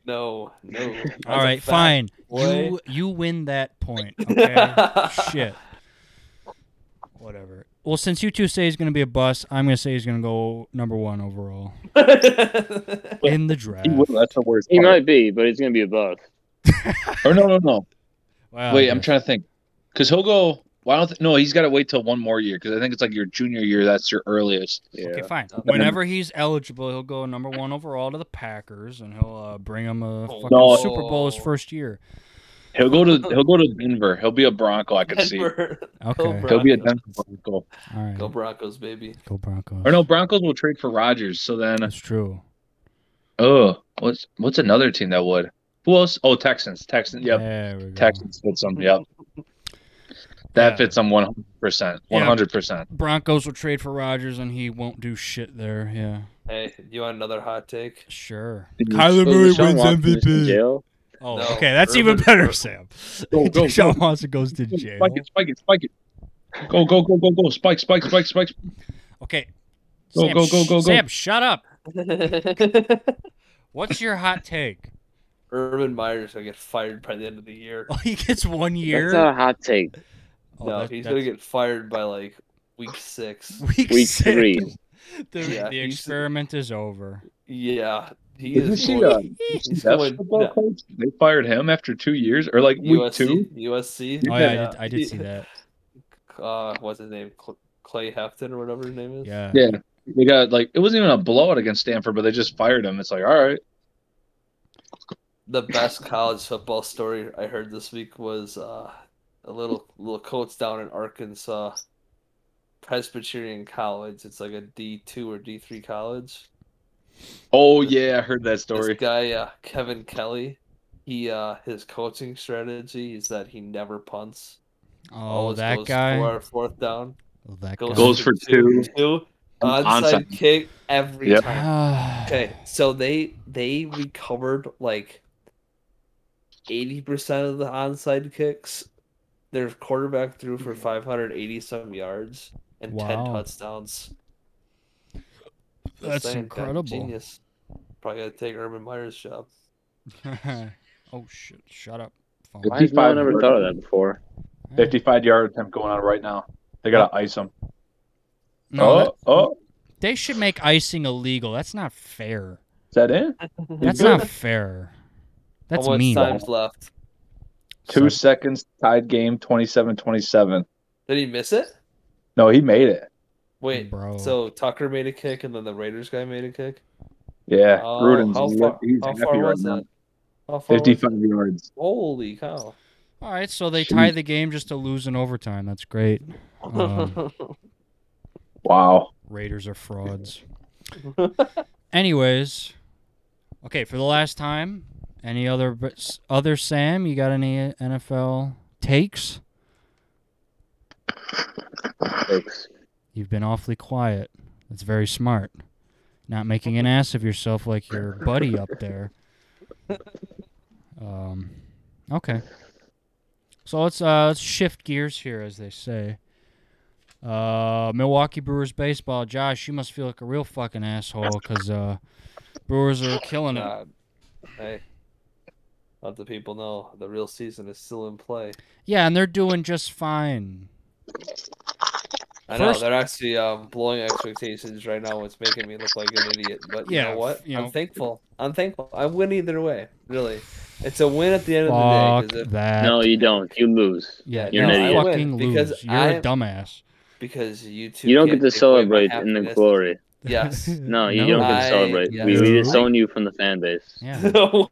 S2: No, no. That's
S1: All
S2: a
S1: right,
S2: fact,
S1: fine.
S2: boy.
S1: You you win that point, okay? Shit. Whatever. Well, since you two say he's going to be a bust, I'm going to say he's going to go number 1 overall in the draft.
S4: He will. That's the worst.
S3: he
S4: part.
S3: might be, but he's gonna be a bust.
S4: Or no, no, no.
S1: Wow,
S4: wait,
S1: I
S4: I'm
S1: guess.
S4: trying to think. Because he'll go. Well, I don't. Th- no, he's got to wait till one more year. Because I think it's like your junior year. That's your earliest.
S3: Yeah.
S1: Okay, fine.
S2: Okay.
S1: Whenever he's eligible, he'll go number one overall to the Packers, and he'll uh, bring him a fucking
S4: No.
S1: Super Bowl his first year.
S4: He'll go to. He'll go to Denver. He'll be a Bronco. I can see.
S2: Denver.
S1: Okay,
S2: Go Bron-
S4: He'll be a
S2: Broncos.
S4: Denver Bronco.
S1: all right, go,
S2: Go Broncos, baby.
S1: Broncos.
S4: Or no, Broncos will trade for Rodgers. So then,
S1: That's true.
S4: oh, what's what's another team that would? Who else? Oh, Texans. Texans. Yep.
S1: There we go.
S4: Texans fits them. Yep. That
S1: Yeah.
S4: fits them 100%.
S1: Yeah.
S4: 100%.
S1: Broncos will trade for Rodgers, and he won't do shit there. Yeah,
S2: Hey, you want another hot take?
S1: sure.
S4: So
S1: Kyler Murray
S4: Deshaun
S1: wins
S4: Watson is in
S1: MVP.
S3: Jail.
S1: Oh,
S2: No,
S1: okay, that's even
S2: Urban-
S1: better, Sam.
S4: Go, go,
S1: Deshaun Watson goes to
S4: jail.
S1: jail.
S4: Spike it, spike it, spike it. Go, go, go, go, go. Spike, spike, spike, spike.
S1: Okay,
S4: Go,
S1: Sam,
S4: go, go,
S1: sh-
S4: go, go.
S1: Sam, shut up. What's your hot take?
S2: Urban Meyer's gonna get fired by the end of the year.
S1: Oh, he gets one year.
S3: That's not a hot take.
S1: Oh,
S2: no,
S1: that-
S2: he's
S1: that's-
S2: gonna get fired by like week six.
S1: Week,
S3: Week
S1: six.
S3: three.
S1: The,
S2: Yeah,
S1: the
S2: he's-
S1: experiment is over.
S2: Yeah, he
S4: Did you
S2: is
S4: see uh,
S2: going-
S4: that?
S2: he's
S4: Jeff's
S2: going-
S4: football
S2: yeah.
S4: coach? They fired him after two years or like week
S2: USC,
S4: two.
S2: USC.
S1: Oh yeah, I did, I did see that.
S2: Uh, what's his name? Cl- Clay Hefton or whatever his name is.
S1: Yeah.
S4: Yeah. They got like, it wasn't even a blowout against Stanford, but they just fired him. It's like, all right.
S2: The best college football story I heard this week was uh, a little little coach down in Arkansas, Presbyterian College. It's like a D two or D three college.
S4: Oh, yeah. I heard that story.
S2: This guy, uh, Kevin Kelly, he uh, his coaching strategy is that he never punts.
S1: Oh,
S2: Always
S1: that
S2: goes
S1: guy.
S2: for- fourth down.
S1: Oh, that
S2: Goes,
S4: Goes for two.
S2: two
S4: And
S2: onside
S4: onside.
S2: kick every
S4: Yep.
S2: time.
S1: guy.
S2: Okay, so they they recovered like eighty percent of the onside kicks. Their quarterback threw for five hundred eighty some yards and ten
S1: Mm. Wow.
S2: touchdowns. Just
S1: That's
S2: saying, guy,
S1: incredible.
S2: Genius. Probably gotta take Urban Meyer's job.
S1: oh shit! Shut up. Phone.
S3: Why has no
S4: 55
S3: one ever thought of that before?
S1: Yeah.
S4: Oh. 55 yard attempt going on right now. They got to ice him.
S1: No,
S6: oh,
S1: that-
S6: oh,
S1: they should make icing illegal. That's not fair.
S6: is that it?
S1: That's not fair. That's
S2: How much
S1: mean.
S2: time's left?
S6: Two
S1: So-
S6: seconds, tied game, 27-27.
S2: Did he miss it?
S6: No, he made it.
S2: Wait,
S1: Bro.
S2: so Tucker made a kick and then the Raiders guy made a kick.
S6: Yeah,
S2: Oh,
S6: Rudin's
S2: how far,
S6: he's
S2: how
S6: happy
S2: far
S6: right
S2: was
S6: now.
S2: it? How far was it?
S6: 55 yards.
S2: Holy cow!
S1: All right, so they
S6: Shoot.
S1: tie the game just to lose in overtime. That's great. Um,
S6: Wow.
S1: Raiders are frauds. Anyways, okay, for the last time, any other other Sam? You got any NFL takes?
S3: Thanks.
S1: You've been awfully quiet. That's very smart. Not making an ass of yourself like your buddy up there. Um, okay. So let's uh, let's shift gears here, as they say. Uh, Milwaukee Brewers baseball. Josh, you must feel like a real fucking asshole because uh, Brewers are killing it.
S2: God. Hey, let the people know the real season is still in play.
S1: Yeah, and they're doing just fine.
S2: I know
S1: First-
S2: they're actually um, blowing expectations right now. It's making me look like an idiot, but you
S1: Yeah,
S2: know what?
S1: you know.
S2: I'm thankful. I'm thankful. I win either way. Really, it's a win at the end of
S1: Fuck
S2: the day. 'cause if-
S1: that.
S3: No, you don't. You lose.
S1: yeah,
S2: You're
S1: you
S2: an idiot.
S1: fucking
S2: I win because
S1: lose. You're a
S2: I-
S1: dumbass.
S2: because you two
S3: You don't
S2: can't
S3: get to
S2: take away my
S3: celebrate in the
S2: happiness.
S3: glory.
S2: Yes.
S3: No, you don't get to
S2: I-
S3: celebrate.
S2: yeah.
S3: We, we
S1: You're
S3: disown you from the fan base.
S1: Yeah.
S2: Whoa!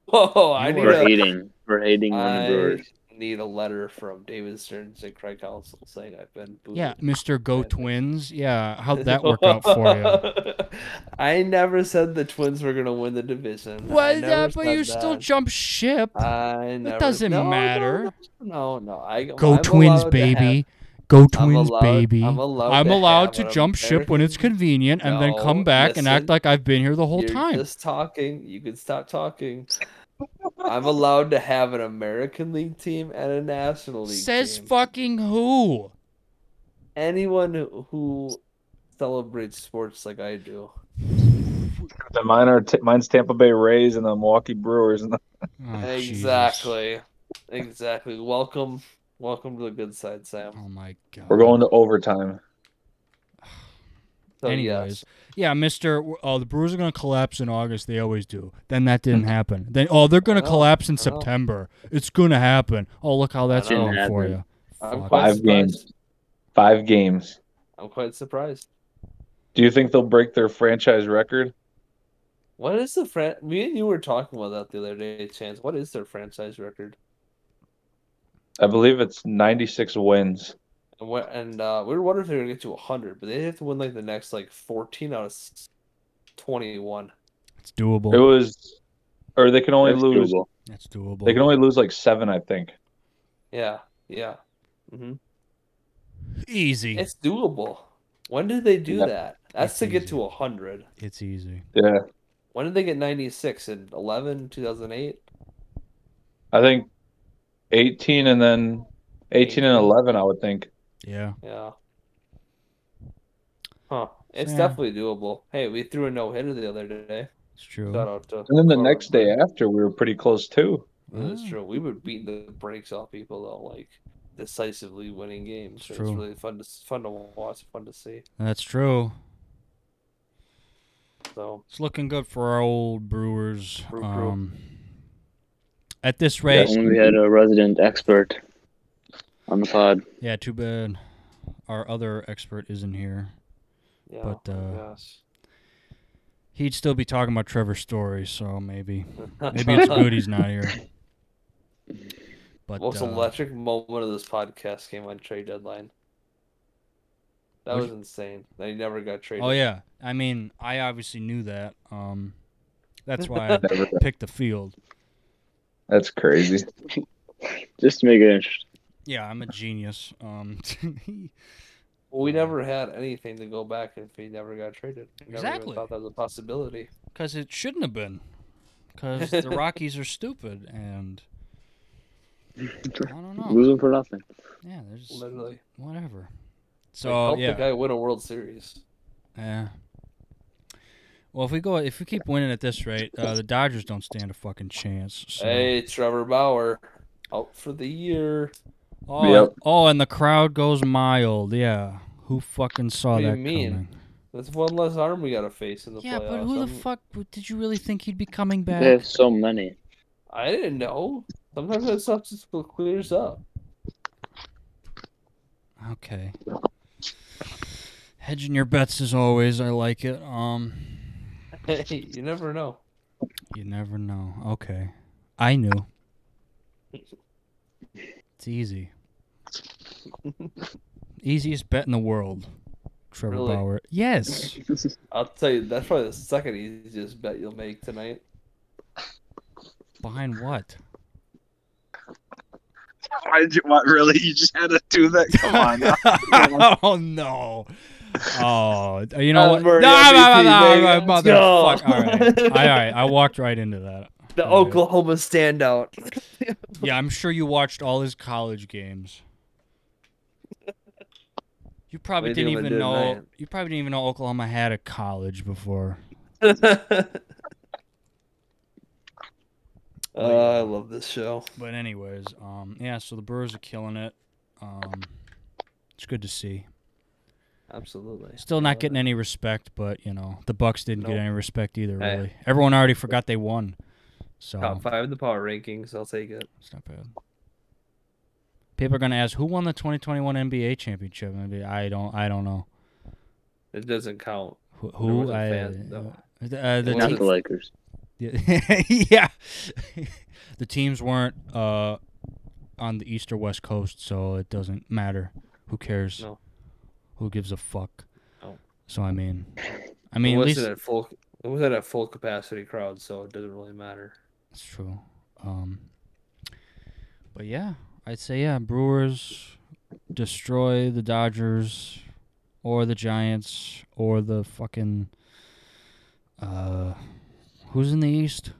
S2: I
S1: You
S2: need
S1: are
S2: a,
S3: For hating. For hating on the
S2: I
S3: Brewers.
S2: need a letter from David Stearns and Craig Council saying I've been booed.
S1: Yeah, Mr. Go Twins. Yeah, how'd that work out for you?
S2: I never said the Twins were gonna win the division. I
S1: Well,
S2: never
S1: yeah, but
S2: said
S1: you still
S2: that.
S1: jump ship.
S2: I never.
S1: doesn't
S2: no, no,
S1: matter.
S2: No, no, no. I
S1: Go
S2: I'm
S1: Twins,
S2: allowed to
S1: baby.
S2: have-
S1: Go
S2: I'm
S1: Twins,
S2: allowed-
S1: baby.
S2: I'm allowed.
S1: I'm
S2: to,
S1: allowed
S2: have
S1: to
S2: an
S1: jump ship when it's
S2: American-
S1: convenient and then come
S2: No,
S1: back and act
S2: listen,
S1: like I've been here the whole
S2: You're
S1: time.
S2: just talking. You can stop talking. I'm allowed to have an American League team and a National League.
S1: Says
S2: team.
S1: fucking who?
S2: anyone who- who celebrates sports like I do.
S6: And mine are t- mine's Tampa Bay Rays and the Milwaukee Brewers. And the-
S1: Oh, Jesus.
S2: exactly. Exactly. Welcome. Welcome to the good side, Sam.
S1: Oh my god.
S6: We're going to overtime.
S2: So,
S1: Anyways,
S2: yes.
S1: yeah, Mister. Oh, the Brewers are going to collapse in August. They always do. Then that didn't happen. Then oh, they're going
S2: Mm-hmm. I
S1: to
S2: know,
S1: collapse in
S2: I know.
S1: September. It's going to happen. Oh, look how that's
S3: know.
S1: going for
S3: Didn't
S1: you.
S2: I'm
S1: Fuck.
S2: quite
S6: Five games. Five games.
S2: I'm quite surprised.
S6: Do you think they'll break their franchise record?
S2: What is the fran? Me and you were talking about that the other day, Chance. What is their franchise record?
S6: I believe it's 96 wins.
S2: And what? And uh, we were wondering if they were gonna get to 100, but they have to win like the next like 14 out of s- 21.
S1: It's
S6: It
S1: doable.
S6: was, or they can only
S3: That's
S6: lose.
S3: doable.
S1: It's doable.
S6: They can only lose like seven, I think.
S2: Yeah. Yeah. hmm
S1: easy. It's,
S2: It's doable. When did they do
S6: Yeah.
S2: that? That's
S1: It's
S2: to get
S1: easy.
S2: to 100.
S1: easy.
S6: Yeah,
S2: When did they get 96? In 11, 2008?
S6: I think 18 and then 18 and 11. I would think.
S1: Yeah.
S2: Yeah. Huh. It's
S1: Yeah.
S2: definitely doable. Hey, we threw a no hitter the other day.
S1: It's true.
S2: Shout out to.
S6: And then the
S2: Carl
S6: next day
S2: Rudolph.
S6: after, we were pretty close too.
S2: That's
S1: Yeah.
S2: true. We would beat the brakes off people though, like decisively winning games.
S1: It's
S2: It's,
S1: true.
S2: really fun to fun to watch, fun to see.
S1: That's true.
S2: So
S1: It's looking good for our old Brewers.
S2: Brew, brew.
S1: Um, at this
S3: If
S1: rate,
S6: Yes.
S3: Only we had a resident expert on the pod.
S1: yeah. Too bad our other expert isn't here.
S2: yeah.
S1: But, uh,
S2: gosh.
S1: He'd still be talking about Trevor's story, so maybe maybe it's good he's not here. But
S2: Most
S1: uh,
S2: electric moment of this podcast came on trade deadline. That
S1: Which-
S2: was insane. They never got traded.
S1: oh yeah, I mean, I obviously knew that. Um, that's why I
S6: Never-
S1: picked the field.
S6: That's crazy.
S3: Just to make it interesting.
S1: Yeah, I'm a genius. Um,
S2: Well, we never had anything to go back if he never got traded. We never even
S1: Exactly.
S2: thought that was a possibility.
S1: because it shouldn't have been, because the Rockies are stupid, and I don't know.
S3: Losing for nothing.
S1: Yeah, there's
S2: Literally.
S1: whatever.
S2: Like,
S1: So
S2: help the
S1: yeah,
S2: guy win a World Series.
S1: yeah. Well, if we go, if we keep winning at this rate, uh, the Dodgers don't stand a fucking chance. So.
S2: Hey, Trevor Bauer, out for the year.
S1: Oh,
S6: Yep.
S1: oh, and the crowd goes mild. Yeah. Who fucking saw
S2: What do you
S1: that
S2: mean?
S1: coming?
S2: That's one less arm we got to face in the
S1: Yeah,
S2: playoffs.
S1: but who the
S2: I'm-
S1: fuck w- did you really think he'd be coming back?
S3: They have so many.
S2: I didn't know. Sometimes that stuff just clears up.
S1: Okay. Hedging your bets as always. I like it. Um,
S2: you never know.
S1: you never know. Okay, I knew. It's easy. Easiest bet in the world. Trevor
S2: Really?
S1: Bauer. Yes.
S2: I'll tell you, that's probably the second easiest bet you'll make tonight.
S1: Behind what?
S4: Why did you what, really? You just had to do that? Come on. now.
S1: oh no. Oh, you know what? No,
S2: Asbury
S1: no, no, no,
S2: MVP, baby.
S1: no,
S2: Let's
S1: motherfucker.
S2: go.
S1: All right. I, all right. I walked right into that.
S2: The
S1: Alright.
S2: Oklahoma standout.
S1: Yeah, I'm sure you watched all his college games. You probably
S2: We
S1: didn't
S2: do, I
S1: even
S2: did,
S1: know.
S2: man.
S1: You probably didn't even know Oklahoma had a college before.
S2: Uh, I love this show.
S1: But anyways, um, yeah. So the Brewers are killing it. Um, it's good to see.
S2: Absolutely.
S1: Still
S2: I love
S1: not getting
S2: it.
S1: any respect, but you know the Bucks didn't get
S2: Nope. Eh.
S1: any respect either.
S2: Hey.
S1: Really, everyone already forgot they won. So
S2: top five in the power rankings. I'll take it.
S1: It's not bad. People are gonna ask who won the 2021 NBA championship. And I'll be- I don't. I don't know
S2: It doesn't count.
S1: who.
S2: There
S1: who
S2: wasn't
S1: I,
S2: fans,
S1: uh,
S2: though.
S1: the, uh, the
S2: There
S3: Not
S1: team,
S3: the Lakers.
S1: yeah, yeah. the teams weren't uh, on the east or west coast, so it doesn't matter. Who cares?
S2: No.
S1: Who gives a fuck?
S2: No.
S1: So I mean, I mean,
S2: it
S1: at
S2: wasn't
S1: least
S2: at full. It wasn't at full capacity crowd, so it doesn't really matter.
S1: That's true. Um, but yeah, I'd say yeah. Brewers destroy the Dodgers, or the Giants, or the fucking. Uh, who's in the East?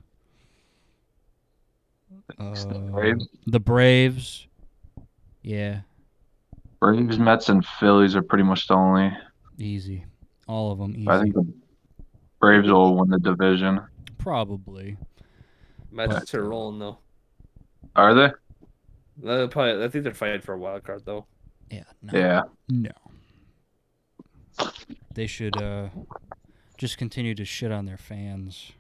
S1: Uh,
S4: Braves.
S1: The Braves. Yeah,
S4: Braves, Mets, and Phillies are pretty much the only.
S1: easy. All of them easy.
S4: I think the Braves will win the division.
S1: Probably.
S2: Magics are rolling though.
S4: Are they?
S2: They're probably, I think they're fighting for a wild card though.
S1: Yeah. No.
S4: Yeah.
S1: No. They should uh, just continue to shit on their fans.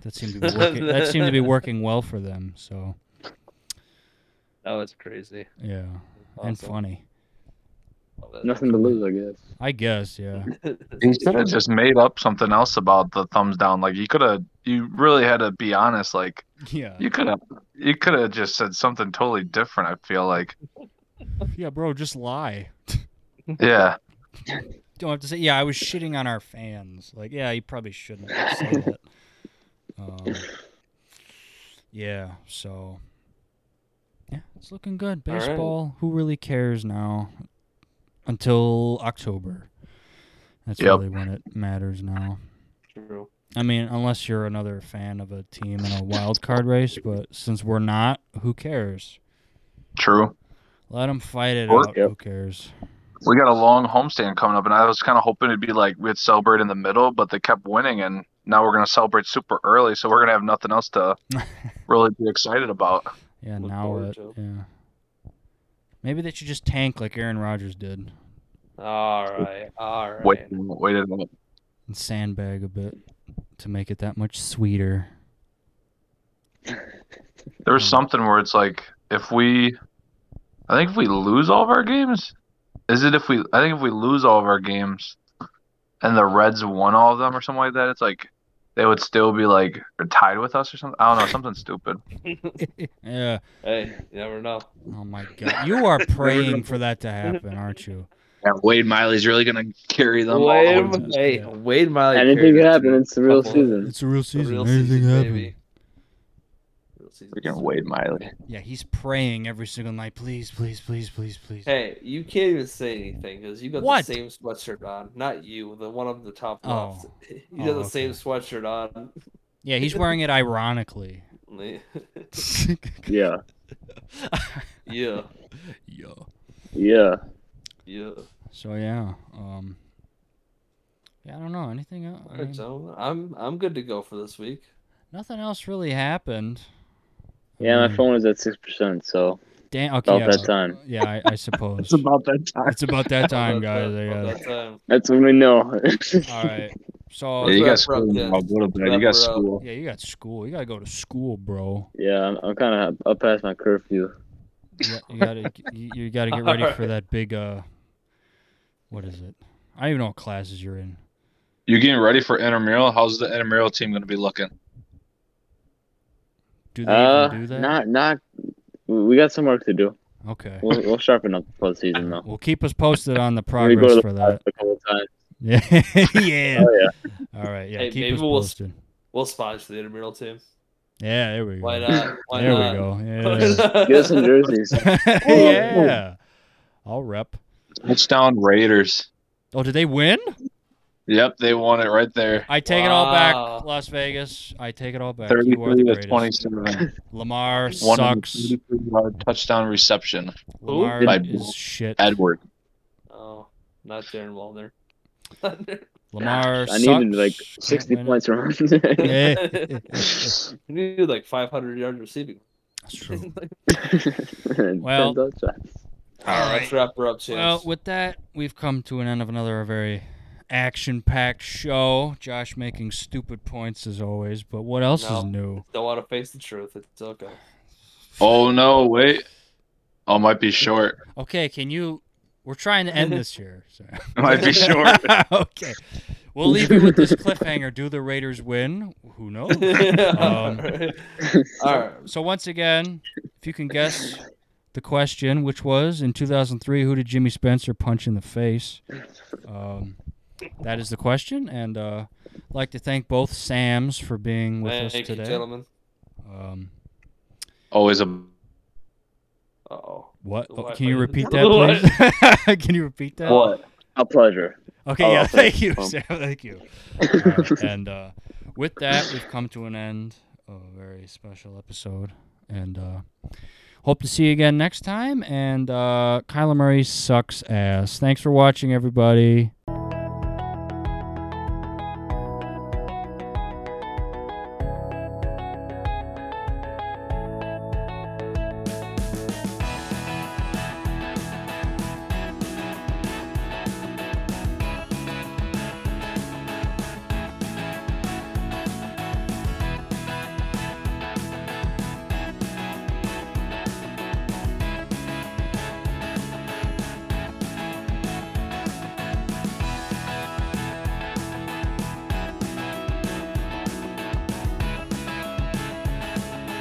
S1: That seemed to be working, that seemed to be working well for them. So
S2: That was crazy.
S1: yeah, and
S2: Awesome.
S1: funny.
S2: Love it.
S3: Nothing to lose, I guess.
S1: I guess yeah.
S4: He should have just made up something else about the thumbs down. Like you could have. You really had to be honest. Like
S1: Yeah.
S4: you could have. You could have just said something totally different. I feel like.
S1: Yeah, bro, just lie.
S4: Yeah.
S1: Don't have to say yeah. I was shitting on our fans. Like yeah, you probably shouldn't have said that. Um, yeah. So. Yeah, it's looking good.
S2: All right.
S1: Baseball. Who really cares now? Until October. That's
S4: Yep.
S1: really when it matters now.
S2: True.
S1: I mean, unless you're another fan of a team in a wild card race, but since we're not, who cares?
S4: True.
S1: Let them fight it
S4: Or-
S1: out.
S3: Yep.
S1: Who cares?
S4: We got a long homestand coming up, and I was kind of hoping it'd be like we'd celebrate in the middle, but they kept winning, and now we're gonna celebrate super early, so we're gonna have nothing else to really be excited about.
S1: Yeah,
S2: Look
S1: now
S2: forward
S1: what?
S2: to it.
S1: Yeah. Maybe they should just tank like Aaron Rodgers did
S2: All right. All right.
S4: Wait, wait a minute.
S1: and sandbag a bit to make it that much sweeter.
S4: There was
S2: Hmm.
S4: something where it's like if we, I think if we lose all of our games, is it if we? I think if we lose all of our games, and the Reds won all of them or something like that, it's like they would still be like tied with us or something. I don't know, something stupid.
S1: Yeah.
S2: Hey, you never know.
S1: Oh my god. You are praying for that to happen, aren't you?
S6: And Wade Miley's really gonna carry them all the way.
S2: Wade,
S6: to-
S2: hey,
S1: yeah.
S2: Wade Miley.
S3: Anything
S2: carried
S3: could
S2: us
S3: happen.
S2: to
S3: It's the real
S2: couple-
S3: season.
S1: It's a real
S2: the
S1: season.
S2: real
S1: Anything
S2: season,
S1: happen.
S2: baby. Real season.
S4: Freaking Wade Miley.
S1: Yeah, he's praying every single night. Please, please, please, please, please.
S2: Hey, you can't even say anything because you got
S1: What?
S2: the same sweatshirt on. Not you, the one up the top
S1: Oh.
S2: left. You
S1: Oh,
S2: got the
S1: okay.
S2: same sweatshirt on.
S1: Yeah, he's wearing it ironically.
S3: Yeah.
S2: yeah,
S1: yeah.
S3: Yeah.
S2: yeah.
S1: So yeah. Um Yeah, I don't know. Anything else?
S2: All right, gentlemen, I'm I'm good to go for this week.
S1: nothing else really happened. I
S3: Yeah,
S1: mean-
S3: my phone is at 6%, so
S1: Damn. Okay. Mm.
S3: About
S1: Yeah,
S3: that time.
S1: yeah I, I suppose.
S4: It's about that time.
S1: It's about that time, guys. I
S2: Well,
S1: guess.
S2: that's, um,
S3: That's when we know.
S1: All right. So Oh,
S6: Yeah, you got
S2: Let's wrap
S6: school
S2: it up,
S6: now. Go to bed. You
S2: Wrap her up.
S6: got school.
S1: yeah, you got school. You gotta go to school, bro.
S3: yeah, I'm, I'm kind of up past my curfew.
S1: You, got- you gotta you, you gotta get ready for
S2: Alright.
S1: that big uh. What is it? I don't even know what classes you're in.
S6: You getting ready for intramural? How's the intramural team going to be looking?
S1: Do they
S3: Uh,
S1: even do that?
S3: not not. We got some work to do.
S1: okay.
S3: We'll, we'll sharpen up for the season though.
S1: Well, keep us posted on the
S3: We go
S1: progress
S3: to
S1: for
S3: the
S1: that.
S3: class a couple times.
S1: Yeah. yeah.
S3: Oh yeah.
S1: All right. Yeah.
S2: Hey,
S1: keep
S2: maybe
S1: us
S2: we'll s-
S1: posted.
S2: we'll sponsor the intramural team.
S1: Yeah. There we go.
S2: Why not? Why
S1: there
S2: not?
S1: we go. Yeah.
S2: go.
S3: Get us some jerseys.
S1: yeah. I'll rep.
S6: Touchdown Raiders.
S1: Oh, did they win?
S6: Yep, they won it right there.
S1: I take it all back,
S2: Wow.
S1: Las Vegas. I take it all back. You are
S6: 33 to
S1: the greatest.
S6: 27.
S1: Lamar
S6: One of the
S1: sucks.
S6: 33 yard touchdown reception.
S2: Who?
S1: Lamar
S6: My-
S1: is shit.
S6: Edward.
S2: Oh, not Darren Walner.
S1: Lamar
S3: I
S1: sucks.
S3: needed like
S1: Can't
S3: 60
S1: win it.
S3: points from him. today.
S1: Yeah.
S2: You need like 500 yards receiving.
S1: That's true.
S3: And
S1: Well,
S3: 10 touchdowns.
S2: All right, let's wrap her up, Chance.
S1: Well, with that, we've come to an end of another very action-packed show. Josh making stupid points as always, but what else
S2: No.
S1: is new?
S2: Don't want to face the truth. It's okay.
S6: Oh, no, wait. Oh, might be short.
S1: Okay, can you? We're trying to end this year. So.
S6: Might be short.
S1: okay, we'll leave you with this cliffhanger. Do the Raiders win? Who knows? Um,
S2: All right. All right.
S1: So once again, if you can guess the question, which was in 2003, who did Jimmy Spencer punch in the face? Um, that is the question, and uh, I'd like to thank both Sams for being with us
S2: Thank you,
S1: today.
S2: gentlemen.
S1: Um,
S6: Always a.
S2: Uh oh.
S1: what? Oh,
S2: What?
S1: can you repeat
S2: What?
S1: that, please? can you repeat that?
S3: A pleasure.
S1: Okay,
S3: Oh,
S1: yeah,
S3: okay.
S1: thank you,
S3: Um.
S1: Sam. Thank you. Alright, and uh, with that, we've come to an end of a very special episode. And uh, hope to see you again next time. And uh, Kyler Murray sucks ass. Thanks for watching, everybody.